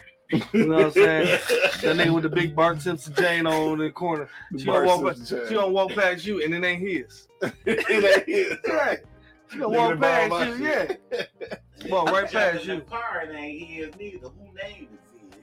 Speaker 5: You know what I'm saying? that nigga with the big Bart Simpson chain on in the corner. She don't, walk past, she don't walk past you and it ain't his. Right. She don't
Speaker 2: Nigga that
Speaker 5: walk
Speaker 2: borrow
Speaker 5: past
Speaker 2: my
Speaker 5: you, yeah. Walk right past you.
Speaker 9: Car ain't his neither. Who name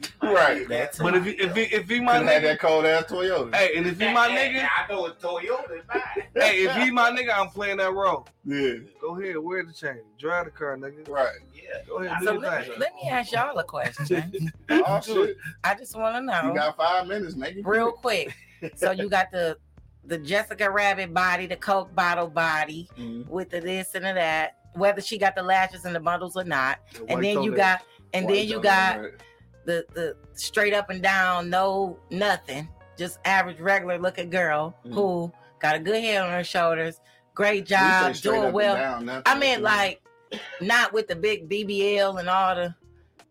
Speaker 9: is he?
Speaker 2: Right.
Speaker 8: That's
Speaker 5: But if he, if he, if he my
Speaker 2: Could have
Speaker 5: nigga,
Speaker 2: that cold ass Toyota.
Speaker 5: hey, and if he my nigga,
Speaker 9: I know it's Toyota. Mine.
Speaker 5: hey, if he my nigga, I'm playing that role.
Speaker 2: Yeah.
Speaker 5: Go ahead, wear the chain, drive the car, nigga.
Speaker 2: Right.
Speaker 9: Yeah.
Speaker 5: Go ahead,
Speaker 8: So
Speaker 5: do your
Speaker 8: let,
Speaker 5: thing.
Speaker 8: let me ask y'all a question.
Speaker 2: Oh shit.
Speaker 8: I just want to know
Speaker 2: You got five minutes, Megan.
Speaker 8: real quick. So you got the the Jessica Rabbit body, the Coke bottle body,
Speaker 2: Mhm.
Speaker 8: with the this and the that. Whether she got the lashes and the bundles or not, and then you got, and
Speaker 2: White
Speaker 8: then you
Speaker 2: Toyota,
Speaker 8: got
Speaker 2: right.
Speaker 8: the the straight up and down, no nothing, just average, regular looking girl
Speaker 2: Mhm.
Speaker 8: who got a good head on her shoulders, great
Speaker 2: You say
Speaker 8: job,
Speaker 2: straight up
Speaker 8: doing
Speaker 2: and
Speaker 8: well.
Speaker 2: down, nothing.
Speaker 8: I meant like not with the big BBL and all the,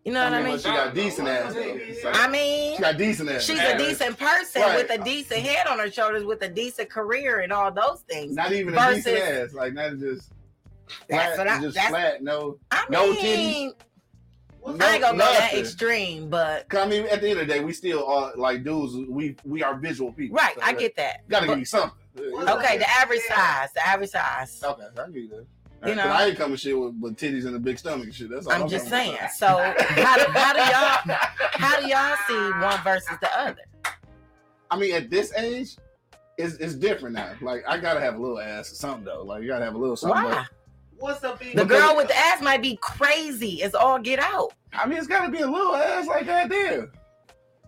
Speaker 8: you know what I
Speaker 2: but
Speaker 8: mean?
Speaker 2: She got decent ass. though. It's like-
Speaker 8: I mean,
Speaker 2: she got decent ass.
Speaker 8: she's a
Speaker 9: Average.
Speaker 8: decent person
Speaker 2: Right.
Speaker 8: with a decent head on her shoulders, with a decent career and all those things.
Speaker 2: Not even a
Speaker 8: versus-
Speaker 2: decent ass. Like not just.
Speaker 8: That's
Speaker 2: Flat,
Speaker 8: what I-
Speaker 2: just
Speaker 8: that's-
Speaker 2: flat. No.
Speaker 8: I
Speaker 2: No
Speaker 8: mean,
Speaker 2: no
Speaker 8: I ain't gonna go that
Speaker 2: nothing.
Speaker 8: extreme, but
Speaker 2: 'Cause, I mean, at the end of the day, we still are like dudes. We we are visual people.
Speaker 8: right,
Speaker 2: So
Speaker 8: I
Speaker 2: that-
Speaker 8: get that.
Speaker 2: Gotta
Speaker 8: But-
Speaker 2: give you something. Yeah.
Speaker 8: Okay, the average size, the average size.
Speaker 2: Okay, I give you that.
Speaker 8: You
Speaker 2: You
Speaker 8: know.
Speaker 2: I ain't coming shit with, with titties and a big stomach and shit. That's all.
Speaker 8: I'm just
Speaker 2: coming
Speaker 8: saying.
Speaker 2: with.
Speaker 8: So how do, how do y'all how do y'all see one versus the other?
Speaker 2: I mean, at this age, it's, it's different now. Like I gotta have a little ass or something though. Like you gotta have a little something.
Speaker 8: Why?
Speaker 9: What's up, in
Speaker 8: The girl with the ass might be crazy as all get out.
Speaker 2: But, I mean, it's gotta be a little ass like that there.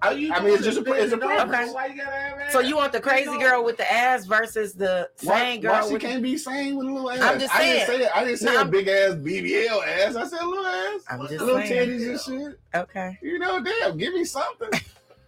Speaker 9: Are you
Speaker 2: I mean,
Speaker 9: doing
Speaker 2: it's just a-
Speaker 9: this
Speaker 2: it's a
Speaker 9: business?
Speaker 2: preference.
Speaker 9: Why you gotta have ass?
Speaker 8: So you want the crazy girl with the ass versus the
Speaker 2: Why,
Speaker 8: same
Speaker 2: why
Speaker 8: girl
Speaker 2: she
Speaker 8: with
Speaker 2: can't be sane with a little ass?
Speaker 8: I'm just
Speaker 2: I didn't
Speaker 8: saying.
Speaker 2: say I didn't say
Speaker 8: No,
Speaker 2: a
Speaker 8: I'm-
Speaker 2: big ass BBL ass. I said a little ass,
Speaker 8: I'm just
Speaker 2: little
Speaker 8: saying.
Speaker 2: titties and shit.
Speaker 8: Okay.
Speaker 2: You know, damn, give me something.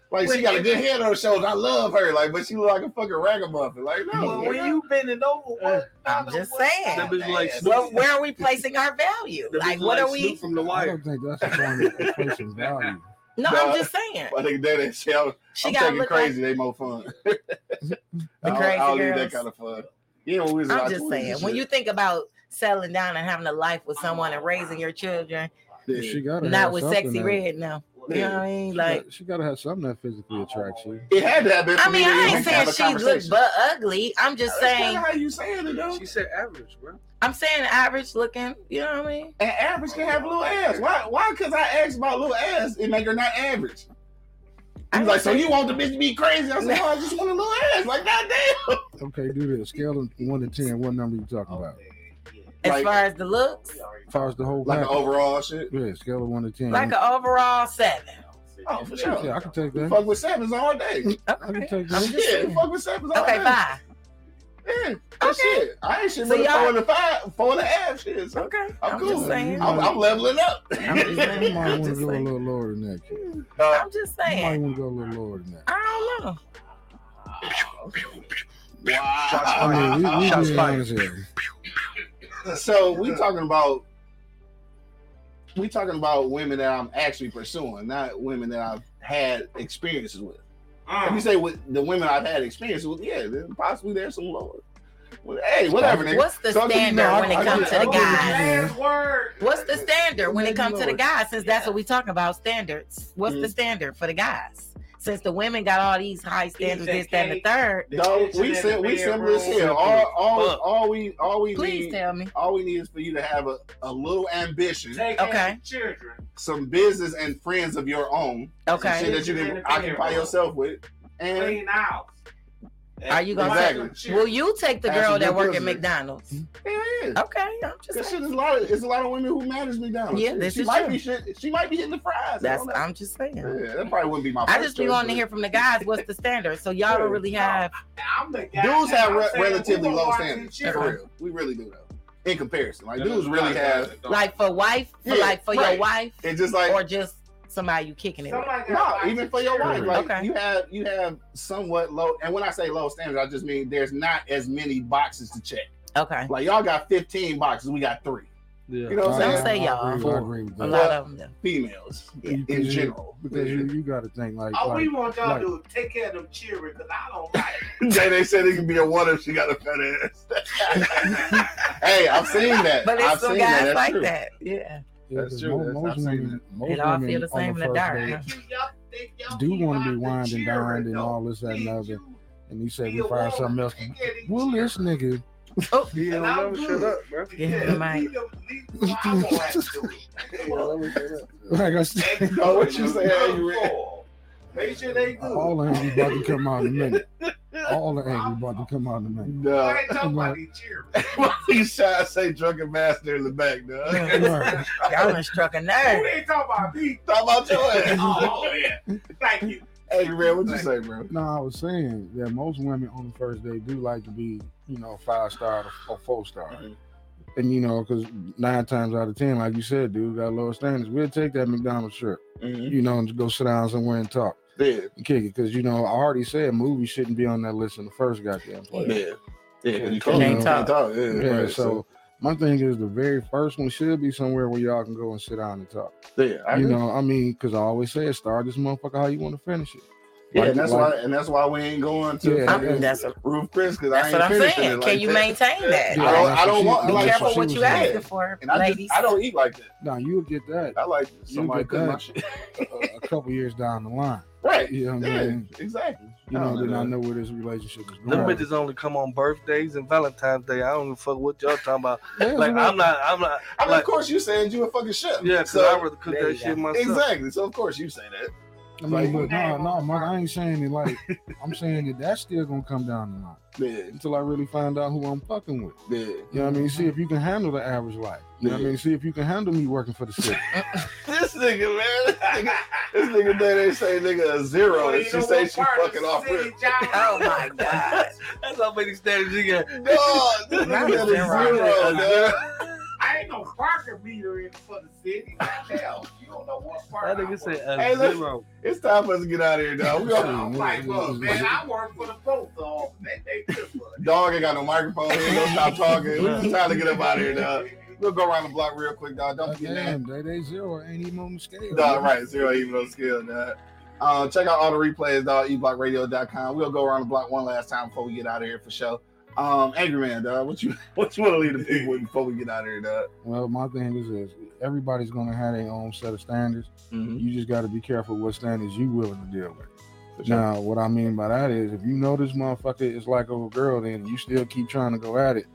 Speaker 2: Like she got a good head on her shoulders. I love her. Like, but she look like a fucking ragamuffin. Like, no,
Speaker 9: Well,
Speaker 2: nigga.
Speaker 9: when you bending over, what?
Speaker 8: I'm just
Speaker 9: what-
Speaker 8: saying.
Speaker 5: That bitch like Snoop.
Speaker 8: Well, where are we placing our value?
Speaker 5: That bitch
Speaker 8: Like, what are we?
Speaker 5: Snoop from the
Speaker 3: I
Speaker 5: wire.
Speaker 3: don't think that's a form of inflation value.
Speaker 8: No, I'm just saying.
Speaker 2: I think that is. I'm,
Speaker 8: She
Speaker 2: I'm
Speaker 8: got to
Speaker 2: taking
Speaker 8: look
Speaker 2: crazy. they more fun. I don't, I
Speaker 8: crazy
Speaker 2: don't need
Speaker 8: girls.
Speaker 2: that kind of fun. Yeah, when we was
Speaker 8: like. I'm
Speaker 2: like
Speaker 8: just
Speaker 2: 20s and
Speaker 8: saying. When you
Speaker 2: shit.
Speaker 8: think about settling down and having a life with someone and raising your children,
Speaker 2: Yeah.
Speaker 3: She gotta
Speaker 8: not
Speaker 3: have
Speaker 8: with
Speaker 3: something
Speaker 8: sexy
Speaker 3: that-
Speaker 8: red now. You know what I mean?
Speaker 3: she
Speaker 8: Like,
Speaker 3: got- she gotta have something that physically attracts you.
Speaker 2: it had to happen.
Speaker 8: I
Speaker 2: for me
Speaker 8: mean,
Speaker 2: to
Speaker 8: I
Speaker 2: even
Speaker 8: ain't
Speaker 2: have
Speaker 8: saying
Speaker 2: a
Speaker 8: she looks
Speaker 2: conversation.
Speaker 8: but ugly. I'm just
Speaker 2: That's kinda
Speaker 8: saying.
Speaker 2: how you saying it though.
Speaker 5: She said average, bro.
Speaker 8: I'm saying average looking. You know what I mean?
Speaker 2: An average can have a little ass. Why? Why? Because I asked about little ass, it make her not average.
Speaker 8: I
Speaker 2: He's like,
Speaker 8: just
Speaker 2: so
Speaker 8: think-
Speaker 2: you want the bitch to be crazy? I said, well, I just want a little ass. Like, goddamn.
Speaker 3: Okay, do this. Scale of one to ten. What number you talking about?
Speaker 8: As
Speaker 2: like-
Speaker 8: far as the looks,
Speaker 3: As far as the whole
Speaker 2: Like an
Speaker 3: package.
Speaker 2: overall shit.
Speaker 3: yeah, scale of one to ten.
Speaker 8: like an overall seven.
Speaker 2: Oh, for sure.
Speaker 3: yeah, I can take that.
Speaker 2: Fuck with sevens all day.
Speaker 3: I can
Speaker 8: Okay.
Speaker 3: take
Speaker 2: I'm
Speaker 3: that.
Speaker 2: just yeah, fuck with sevens all
Speaker 8: Okay,
Speaker 2: day.
Speaker 8: five.
Speaker 2: Yeah. That's
Speaker 8: Okay.
Speaker 2: shit. I ain't shit
Speaker 8: So
Speaker 2: with a
Speaker 8: y'all-
Speaker 2: four and a five, four and a half shit. So
Speaker 8: Okay.
Speaker 2: I'm
Speaker 8: I'm
Speaker 2: cool.
Speaker 8: just saying.
Speaker 2: I'm, I'm leveling up.
Speaker 8: I'm just saying.
Speaker 3: You might
Speaker 8: I'm
Speaker 3: want to
Speaker 8: just
Speaker 3: go a
Speaker 8: saying.
Speaker 3: little lower than that. Kid. You
Speaker 8: I'm just
Speaker 3: might
Speaker 8: saying.
Speaker 3: want to go a little lower than that.
Speaker 8: I don't know.
Speaker 3: I mean, we, we
Speaker 5: Shots
Speaker 3: being
Speaker 5: fired.
Speaker 3: honest here.
Speaker 2: so we talking about we talking about women that I'm actually pursuing, not women that I've had experiences with. If you say with the women I've had experiences with, yeah, then possibly there's some lower. Well, hey, whatever. nigga.
Speaker 8: What's the
Speaker 2: So I think,
Speaker 8: standard
Speaker 2: no, I-
Speaker 8: when it
Speaker 2: I
Speaker 8: comes to
Speaker 2: get-
Speaker 8: the
Speaker 2: I get-
Speaker 8: guys?
Speaker 9: Last word.
Speaker 8: What's the standard when it
Speaker 2: Maybe
Speaker 8: comes to the
Speaker 2: lower.
Speaker 8: guys? Since that's what we talking about, standards. What's the
Speaker 2: Mhm.
Speaker 8: standard for the guys? Since the women got all these high standards,
Speaker 9: said
Speaker 8: this, that, and the
Speaker 9: cake.
Speaker 8: third.
Speaker 2: No, we sim- we simple as hell. All all all we all we
Speaker 8: Please
Speaker 2: need
Speaker 8: tell me.
Speaker 2: all we need is for you to have a, a little ambition,
Speaker 8: Okay.
Speaker 9: Okay. Children.
Speaker 2: some business and friends of your own, some
Speaker 8: Okay.
Speaker 2: shit that you can occupy yourself with, and
Speaker 9: Clean house.
Speaker 8: Are you gonna
Speaker 2: Exactly.
Speaker 9: Children.
Speaker 8: Will you take the
Speaker 2: Have
Speaker 8: girl
Speaker 2: some
Speaker 8: that
Speaker 2: good
Speaker 8: work at
Speaker 2: pussy.
Speaker 8: McDonald's?
Speaker 2: hell yeah.
Speaker 8: Okay, I'm
Speaker 2: Cause
Speaker 8: just
Speaker 2: shit,
Speaker 8: saying.
Speaker 2: there's a lot of there's a lot of women who manage me down.
Speaker 8: Yeah,
Speaker 2: she,
Speaker 8: this
Speaker 2: she
Speaker 8: is
Speaker 2: might
Speaker 8: true.
Speaker 2: be shit. She might be hitting the fries.
Speaker 8: That's
Speaker 2: I don't know.
Speaker 8: I'm just saying.
Speaker 2: yeah, that probably wouldn't be my.
Speaker 8: I
Speaker 2: first
Speaker 8: just be
Speaker 2: choice,
Speaker 8: wanting to
Speaker 2: but-
Speaker 8: hear from the guys. What's the standard? So y'all don't really have.
Speaker 9: I'm the guy.
Speaker 2: Dudes have
Speaker 9: I'm
Speaker 2: re-
Speaker 9: saying,
Speaker 2: relatively
Speaker 9: who
Speaker 2: low
Speaker 9: watching
Speaker 2: standards. For
Speaker 9: children?
Speaker 2: real, we really do though. In comparison, like dudes really have.
Speaker 8: like for wife,
Speaker 2: Yeah,
Speaker 8: for like for your
Speaker 2: right.
Speaker 8: wife,
Speaker 2: It's just like
Speaker 8: or just somebody you kicking it with.
Speaker 9: Somebody
Speaker 2: No,
Speaker 9: gotta
Speaker 2: even
Speaker 9: watch
Speaker 2: for your
Speaker 9: children.
Speaker 2: wife, like
Speaker 8: Okay.
Speaker 2: you have you have somewhat low. And when I say low standards, I just mean there's not as many boxes to check.
Speaker 8: Okay,
Speaker 2: Like y'all got 15 boxes, we got three.
Speaker 5: Yeah.
Speaker 2: You know what I'm
Speaker 8: Don't
Speaker 2: saying?
Speaker 8: say y'all.
Speaker 3: I
Speaker 2: For-
Speaker 3: agree with
Speaker 8: A
Speaker 3: that.
Speaker 8: lot of them.
Speaker 2: Females in,
Speaker 3: Because you-
Speaker 2: general.
Speaker 3: because you, you got to think like,
Speaker 2: Oh,
Speaker 6: All we
Speaker 3: like,
Speaker 6: want y'all
Speaker 3: like-
Speaker 6: to take care of them children because I don't like
Speaker 2: Jay, they said it could be a one if she got a fat ass. hey, I've seen that.
Speaker 8: But
Speaker 2: I've
Speaker 8: it's some
Speaker 2: seen that.
Speaker 8: guys
Speaker 2: That's
Speaker 8: like
Speaker 2: true.
Speaker 8: that. Yeah.
Speaker 3: yeah,
Speaker 2: That's
Speaker 3: 'cause
Speaker 2: true.
Speaker 3: mo-
Speaker 2: That's-
Speaker 3: Most
Speaker 2: I've seen
Speaker 3: women, most
Speaker 8: It all
Speaker 3: women
Speaker 8: feel the
Speaker 3: on
Speaker 8: same in the
Speaker 3: first
Speaker 8: dark.
Speaker 3: date
Speaker 8: huh?
Speaker 6: it. Y'all think y'all
Speaker 3: do
Speaker 6: keep
Speaker 3: want
Speaker 6: out
Speaker 3: to be
Speaker 6: the
Speaker 3: wined and
Speaker 6: children,
Speaker 3: dined and
Speaker 6: though.
Speaker 3: all this that and
Speaker 6: Did
Speaker 3: other,
Speaker 6: you
Speaker 3: and you say
Speaker 6: be
Speaker 3: we
Speaker 6: a
Speaker 3: find something
Speaker 6: woman?
Speaker 3: else.
Speaker 6: Take care of these
Speaker 3: Well, this
Speaker 6: children.
Speaker 3: nigga,
Speaker 8: Oh,
Speaker 5: He don't
Speaker 6: And I'm
Speaker 5: know. Shut
Speaker 6: good.
Speaker 5: up, bro.
Speaker 8: Yeah, Mike.
Speaker 6: leave them- leave them where I won't have to do it.
Speaker 3: like I said,
Speaker 2: Oh, what you say, hey, you ready?
Speaker 6: Make sure they good.
Speaker 3: all the angry about to come out in a minute. All the angry about to come out in a minute.
Speaker 6: I
Speaker 2: Duh.
Speaker 6: ain't talking about these children.
Speaker 2: Why Oh, you trying to say drunken master in the back, dog?
Speaker 8: Yeah.
Speaker 3: Right.
Speaker 8: Y'all done struck a
Speaker 6: Who
Speaker 8: nerve.
Speaker 6: they talking about me?
Speaker 2: Talk about your ass.
Speaker 6: Oh, yeah. Thank you.
Speaker 2: hey, man, what you say, bro?
Speaker 3: No, I was saying that most women on the first day do like to be, you know, five star or four star.
Speaker 2: Mhm.
Speaker 3: And you know, because nine times out of ten, like you said, dude, got lower standards. We'll take that McDonald's shirt,
Speaker 8: Mm-hmm.
Speaker 3: you know, and just go sit down somewhere and talk
Speaker 2: Yeah,
Speaker 3: and kick it. Because you know, I already said movies shouldn't be on that list in the first goddamn place.
Speaker 2: yeah, yeah. 'cause You
Speaker 3: Can't
Speaker 2: can't
Speaker 8: talk.
Speaker 2: talk. Yeah,
Speaker 3: Yeah,
Speaker 2: right,
Speaker 3: so my thing is the very first one should be somewhere where y'all can go and sit down and talk.
Speaker 2: so, yeah, I
Speaker 3: you
Speaker 2: agree.
Speaker 3: know, I mean, because I always say it, start this motherfucker how you want to finish it.
Speaker 2: yeah,
Speaker 3: like-
Speaker 2: and that's
Speaker 3: like-
Speaker 2: why, and that's why we ain't going to
Speaker 3: Yeah,
Speaker 8: I
Speaker 2: fucking
Speaker 8: mean, that's a,
Speaker 2: roof Chris because I
Speaker 8: that's
Speaker 2: ain't
Speaker 8: what I'm
Speaker 2: finishing
Speaker 8: saying.
Speaker 2: it like
Speaker 8: Can you
Speaker 2: that.
Speaker 8: maintain that?
Speaker 2: Yeah. I don't- I don't
Speaker 3: she-
Speaker 2: want-
Speaker 8: Be
Speaker 2: like,
Speaker 3: that's
Speaker 8: careful
Speaker 3: what she
Speaker 8: what
Speaker 3: was
Speaker 8: you
Speaker 3: saying.
Speaker 8: asking for,
Speaker 2: And I
Speaker 8: ladies.
Speaker 2: just, I don't eat like that.
Speaker 3: No, you'll get that
Speaker 2: I like somebody
Speaker 3: get
Speaker 2: cooking my
Speaker 3: that.
Speaker 2: shit.
Speaker 3: a, a couple years down the line.
Speaker 2: Right.
Speaker 3: You know what I'm
Speaker 2: Yeah,
Speaker 3: saying?
Speaker 2: exactly.
Speaker 3: You know,
Speaker 2: Oh,
Speaker 3: then I
Speaker 2: man.
Speaker 3: know where this relationship is
Speaker 5: Them
Speaker 3: going.
Speaker 5: bitches only come on birthdays and Valentine's Day. I don't even fuck what y'all talking about.
Speaker 3: Yeah,
Speaker 5: Like
Speaker 3: you know,
Speaker 5: I'm not, I'm not.
Speaker 2: I mean,
Speaker 5: Like-
Speaker 2: of course you saying you a fucking chef.
Speaker 5: Yeah, because
Speaker 2: so,
Speaker 5: I rather cook
Speaker 8: There you
Speaker 5: that shit
Speaker 8: go.
Speaker 5: myself.
Speaker 2: exactly. So of course you say that.
Speaker 3: I mean,
Speaker 2: like-
Speaker 3: look, no, no, Mike, I ain't saying it like I'm saying that that's still gonna come down the line
Speaker 2: Yeah,
Speaker 3: until I really find out who I'm fucking with.
Speaker 2: yeah.
Speaker 3: You know what I mean? See if you can handle the average life. You know what I mean? See if you can handle me working for the city.
Speaker 2: This nigga, man. This nigga, this nigga think they say nigga a zero,
Speaker 6: Well,
Speaker 2: and
Speaker 6: you
Speaker 2: she
Speaker 6: know
Speaker 2: say
Speaker 6: what
Speaker 2: she
Speaker 6: part of
Speaker 2: fucking
Speaker 6: the
Speaker 2: off
Speaker 6: city,
Speaker 2: rip.
Speaker 6: John?
Speaker 8: Oh my god.
Speaker 5: That's how many standards you got.
Speaker 2: No, this nigga
Speaker 8: Not a
Speaker 2: said a
Speaker 8: zero.
Speaker 2: zero, dog.
Speaker 6: I ain't no parking meter in for the city. Hell, you don't know what part.
Speaker 5: That nigga
Speaker 6: I work.
Speaker 5: said a
Speaker 2: Hey, look.
Speaker 5: zero.
Speaker 2: It's time for us to get out of here, dog. We gonna,
Speaker 6: I'm like, look, man, I work for the post office. They they good for it.
Speaker 2: dog ain't got no microphone. He ain't gonna stop talking. We just trying to get up out of here, dog. We'll go around the block real quick, dog. Don't forget that.
Speaker 3: Damn, day day zero ain't even on the scale.
Speaker 2: Nah, right. Zero even on skill, dog. Uh, check out all the replays, e dog. eblockradio.com. We'll go around the block one last time before we get out of here for sure. Um, Angry Man, dog. What you what you want to leave the people with before we get out of here, dog?
Speaker 3: Well, my thing is this everybody's gonna have their own set of standards. You just gotta be careful what standards you willing to deal with. Now, what I mean by that is, if you know this motherfucker is like a girl, then you still keep trying to go at it.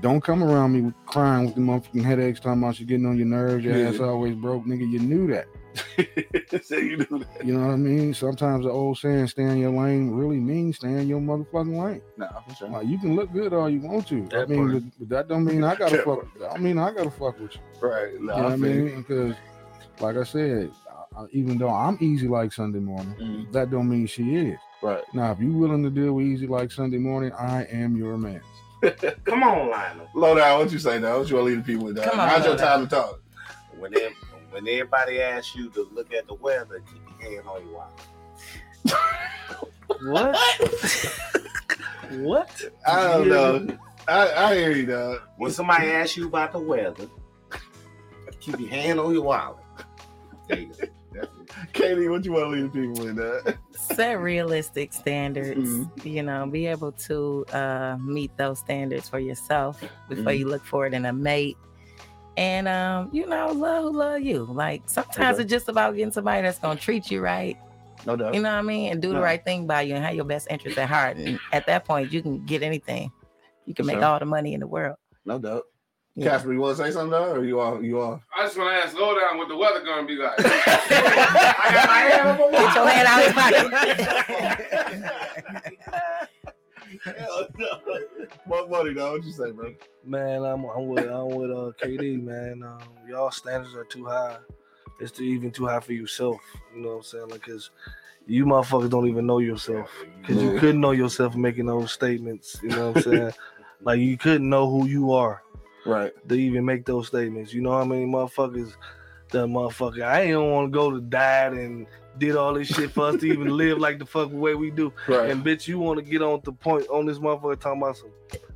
Speaker 3: Don't come around me with crying with the motherfucking headaches, talking about you getting on your nerves, your
Speaker 2: Yeah.
Speaker 3: ass always broke, nigga. You knew that.
Speaker 2: so you do that.
Speaker 3: You know what I mean? Sometimes the old saying, "Stay in your lane," really means stay in your motherfucking lane.
Speaker 2: Nah, for sure.
Speaker 3: Like, you can look good all you want to. I
Speaker 5: That
Speaker 3: mean,
Speaker 5: part.
Speaker 3: but- but that don't mean I gotta
Speaker 2: That
Speaker 3: fuck. I mean, I gotta fuck with you.
Speaker 2: Right.
Speaker 3: You
Speaker 2: Nah,
Speaker 3: know what
Speaker 2: I
Speaker 3: I
Speaker 2: feel you.
Speaker 3: mean? Because, like I said, I, I, even though I'm easy like Sunday morning,
Speaker 2: Mhm.
Speaker 3: that don't mean she is.
Speaker 2: Right.
Speaker 3: Now, if you willing to deal with easy like Sunday morning, I am your man.
Speaker 6: Come on, Lionel.
Speaker 2: Lowdown, what you say, dog? What you want to leave the people with, dog?
Speaker 8: Come on,
Speaker 2: Now's your
Speaker 8: Lowdown.
Speaker 2: time to talk.
Speaker 6: When, ev- when everybody asks you to look at the weather, keep your hand on your watch.
Speaker 5: What? what?
Speaker 2: I don't
Speaker 5: Yeah.
Speaker 2: know. I, I hear you, dog.
Speaker 6: When somebody asks you about the weather, keep your hand on your wallet. There you go. That's it.
Speaker 2: Katie, what you want to leave the people with, dog?
Speaker 8: set realistic standards
Speaker 2: Mhm.
Speaker 8: you know be able to uh, meet those standards for yourself before
Speaker 2: Mhm.
Speaker 8: you look for it in a mate and um, you know love who love you like sometimes
Speaker 2: Okay.
Speaker 8: it's just about getting somebody that's gonna treat you right
Speaker 2: No doubt.
Speaker 8: you know what i mean and do the right thing by you and have your best interest at heart and at that point you can get anything you can make
Speaker 2: Sure.
Speaker 8: all the money in the world
Speaker 2: No doubt.
Speaker 8: Yeah.
Speaker 2: Casper, you want to say something, dog? Or you all? You all?
Speaker 6: I just want to ask Lowdown what the weather gonna be like. I got my hand on my wallet.
Speaker 8: Get your hand out his
Speaker 2: Hell no. What money, dog? What you say, bro?
Speaker 5: Man, I'm, I'm with I'm with uh, KD. Man, um, y'all standards are too high. It's too, even too high for yourself. You know what I'm saying? Like, cause you motherfuckers don't even know yourself. Cause you couldn't know yourself making those statements. You know what I'm saying? like, you couldn't know who you are
Speaker 2: Right.
Speaker 5: to even make those statements. You know how many motherfuckers that motherfucker I ain't want to go to died and did all this shit for us to even live like the fuck way we do.
Speaker 2: Right.
Speaker 5: And bitch, you want to get on the point on this motherfucker talking about some?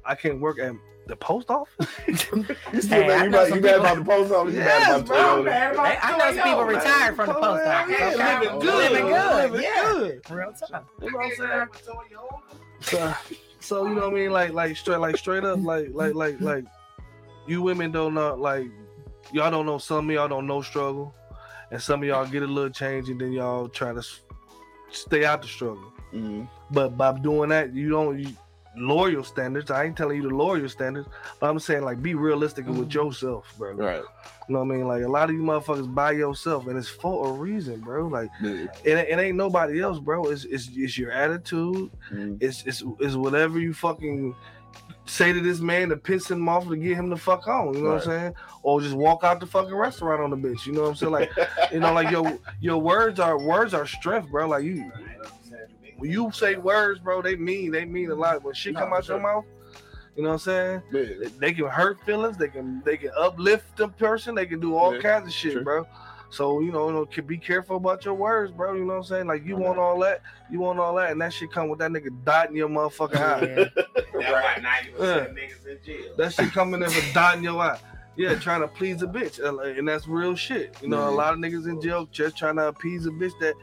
Speaker 5: I can't work at the post office?
Speaker 2: You still
Speaker 8: Hey, I
Speaker 2: mad? You mad, you
Speaker 8: know some
Speaker 2: mad
Speaker 8: people-
Speaker 2: about the post
Speaker 8: Oh,
Speaker 2: office? You mad about Toyota?
Speaker 8: Hey, I know some people retired from the post office.
Speaker 5: Yeah,
Speaker 8: okay?
Speaker 5: living good.
Speaker 8: Living good.
Speaker 5: Living
Speaker 8: Yeah.
Speaker 5: good.
Speaker 8: Real talk.
Speaker 5: You know what I'm saying? So, so you know what I mean? Like, like straight, like straight up, like, like, like, like, you women don't know, like, y'all don't know. Some of y'all don't know struggle, and some of y'all get a little change, and then y'all try to s- stay out the struggle.
Speaker 2: Mhm.
Speaker 5: But by doing that, you don't you, lower your standards. I ain't telling you to lower your standards, but I'm saying like be realistic with yourself, bro.
Speaker 2: Right.
Speaker 5: You know what I mean? Like a lot of you motherfuckers by yourself, and it's for a reason, bro. Like
Speaker 2: Yeah.
Speaker 5: it, it ain't nobody else, bro. It's it's, it's your attitude.
Speaker 2: Mhm.
Speaker 5: It's, it's it's whatever you fucking say to this man to piss him off to get him the fuck on. You know what I'm saying? Or just walk out the fucking restaurant on the bitch. You know what I'm saying? Like you know, like your your words are words are strength, bro. Like you when you say words, bro, they mean they mean a lot. When shit
Speaker 2: Nah,
Speaker 5: come out
Speaker 2: sure.
Speaker 5: your mouth, you know what I'm saying?
Speaker 2: Yeah.
Speaker 5: they can hurt feelings. They can they can uplift the person. They can do all
Speaker 2: Yeah,
Speaker 5: kinds of shit,
Speaker 2: true.
Speaker 5: bro. So you know, you know, can be careful about your words, bro. You know what I'm saying? Like you want all that, you want all that, and that shit come with that nigga dot in your motherfucking eye.
Speaker 8: Yeah.
Speaker 6: niggas in jail.
Speaker 5: That shit coming in with dot in your eye. Yeah, trying to please a bitch, and like- and that's real shit. You know, a
Speaker 2: Mhm.
Speaker 5: lot of niggas in jail just trying to appease a bitch that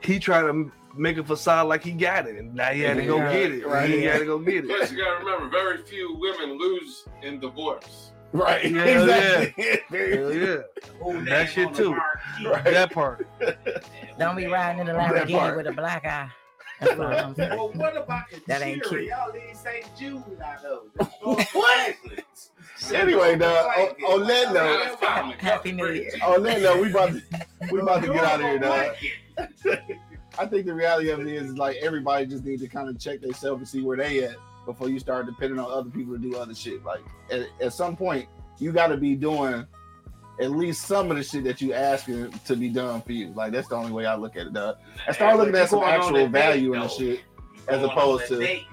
Speaker 5: he trying to make a facade like he got it, and now he had to go
Speaker 2: Yeah,
Speaker 5: get it. Right? He
Speaker 2: right.
Speaker 5: had to go get it.
Speaker 10: Plus, you gotta remember, very few women lose in divorce.
Speaker 2: Right.
Speaker 5: Yeah, Hell
Speaker 2: exactly.
Speaker 5: yeah,
Speaker 6: Who
Speaker 5: that
Speaker 6: name
Speaker 5: shit
Speaker 6: on the
Speaker 5: too.
Speaker 6: marquee?
Speaker 2: Right.
Speaker 5: that part.
Speaker 8: Don't be riding in the
Speaker 2: That part.
Speaker 8: Lamborghini with a black eye. That's all I'm saying.
Speaker 6: Well, what about the
Speaker 8: That ain't
Speaker 6: jury?
Speaker 8: cute.
Speaker 6: Y'all in St. Jude, I know. what?
Speaker 2: Anyway, dog, on- on that
Speaker 10: Now,
Speaker 2: note-
Speaker 10: that's probably
Speaker 8: Happy New Year.
Speaker 2: On that note, Oh, we about to, we about to get out of here, dog. I think the reality of it is like everybody just need to kind of check themselves and see where they at before you start depending on other people to do other shit. Like at, at some point, you got to be doing at least some of the shit that you asking to be done for you. Like that's the only way I look at it, dog. I start looking at some actual value in the shit. as opposed to- As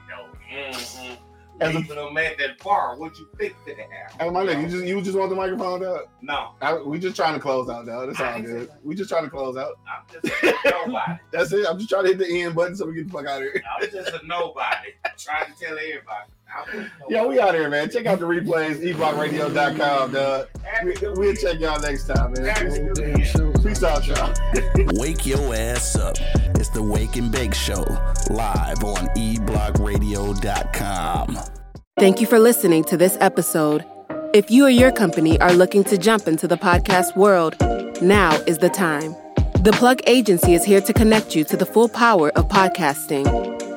Speaker 6: As
Speaker 2: a-
Speaker 6: Mm-hmm. Leaving them at that bar, what you think for the house?
Speaker 2: Hey, Oh, my nigga, you just you just want the microphone, dog.
Speaker 6: no,
Speaker 2: I, we just trying to close out, dog. That's all good. We just trying to close out.
Speaker 6: I'm just a nobody.
Speaker 2: That's it. I'm just trying to hit the end button so we get the fuck out of here.
Speaker 6: I'm just a nobody. Trying to tell everybody. I'm
Speaker 2: Yo, we out here, man. Check out the replays, eblockradio.com, dog. We, we'll check y'all next time, man.
Speaker 3: Damn show.
Speaker 2: Peace out, y'all.
Speaker 11: Wake your ass up. It's the Wake and Bake Show, live on eblockradio.com.
Speaker 12: Thank you for listening to this episode. If you or your company are looking to jump into the podcast world, now is the time. The Plug Agency is here to connect you to the full power of podcasting.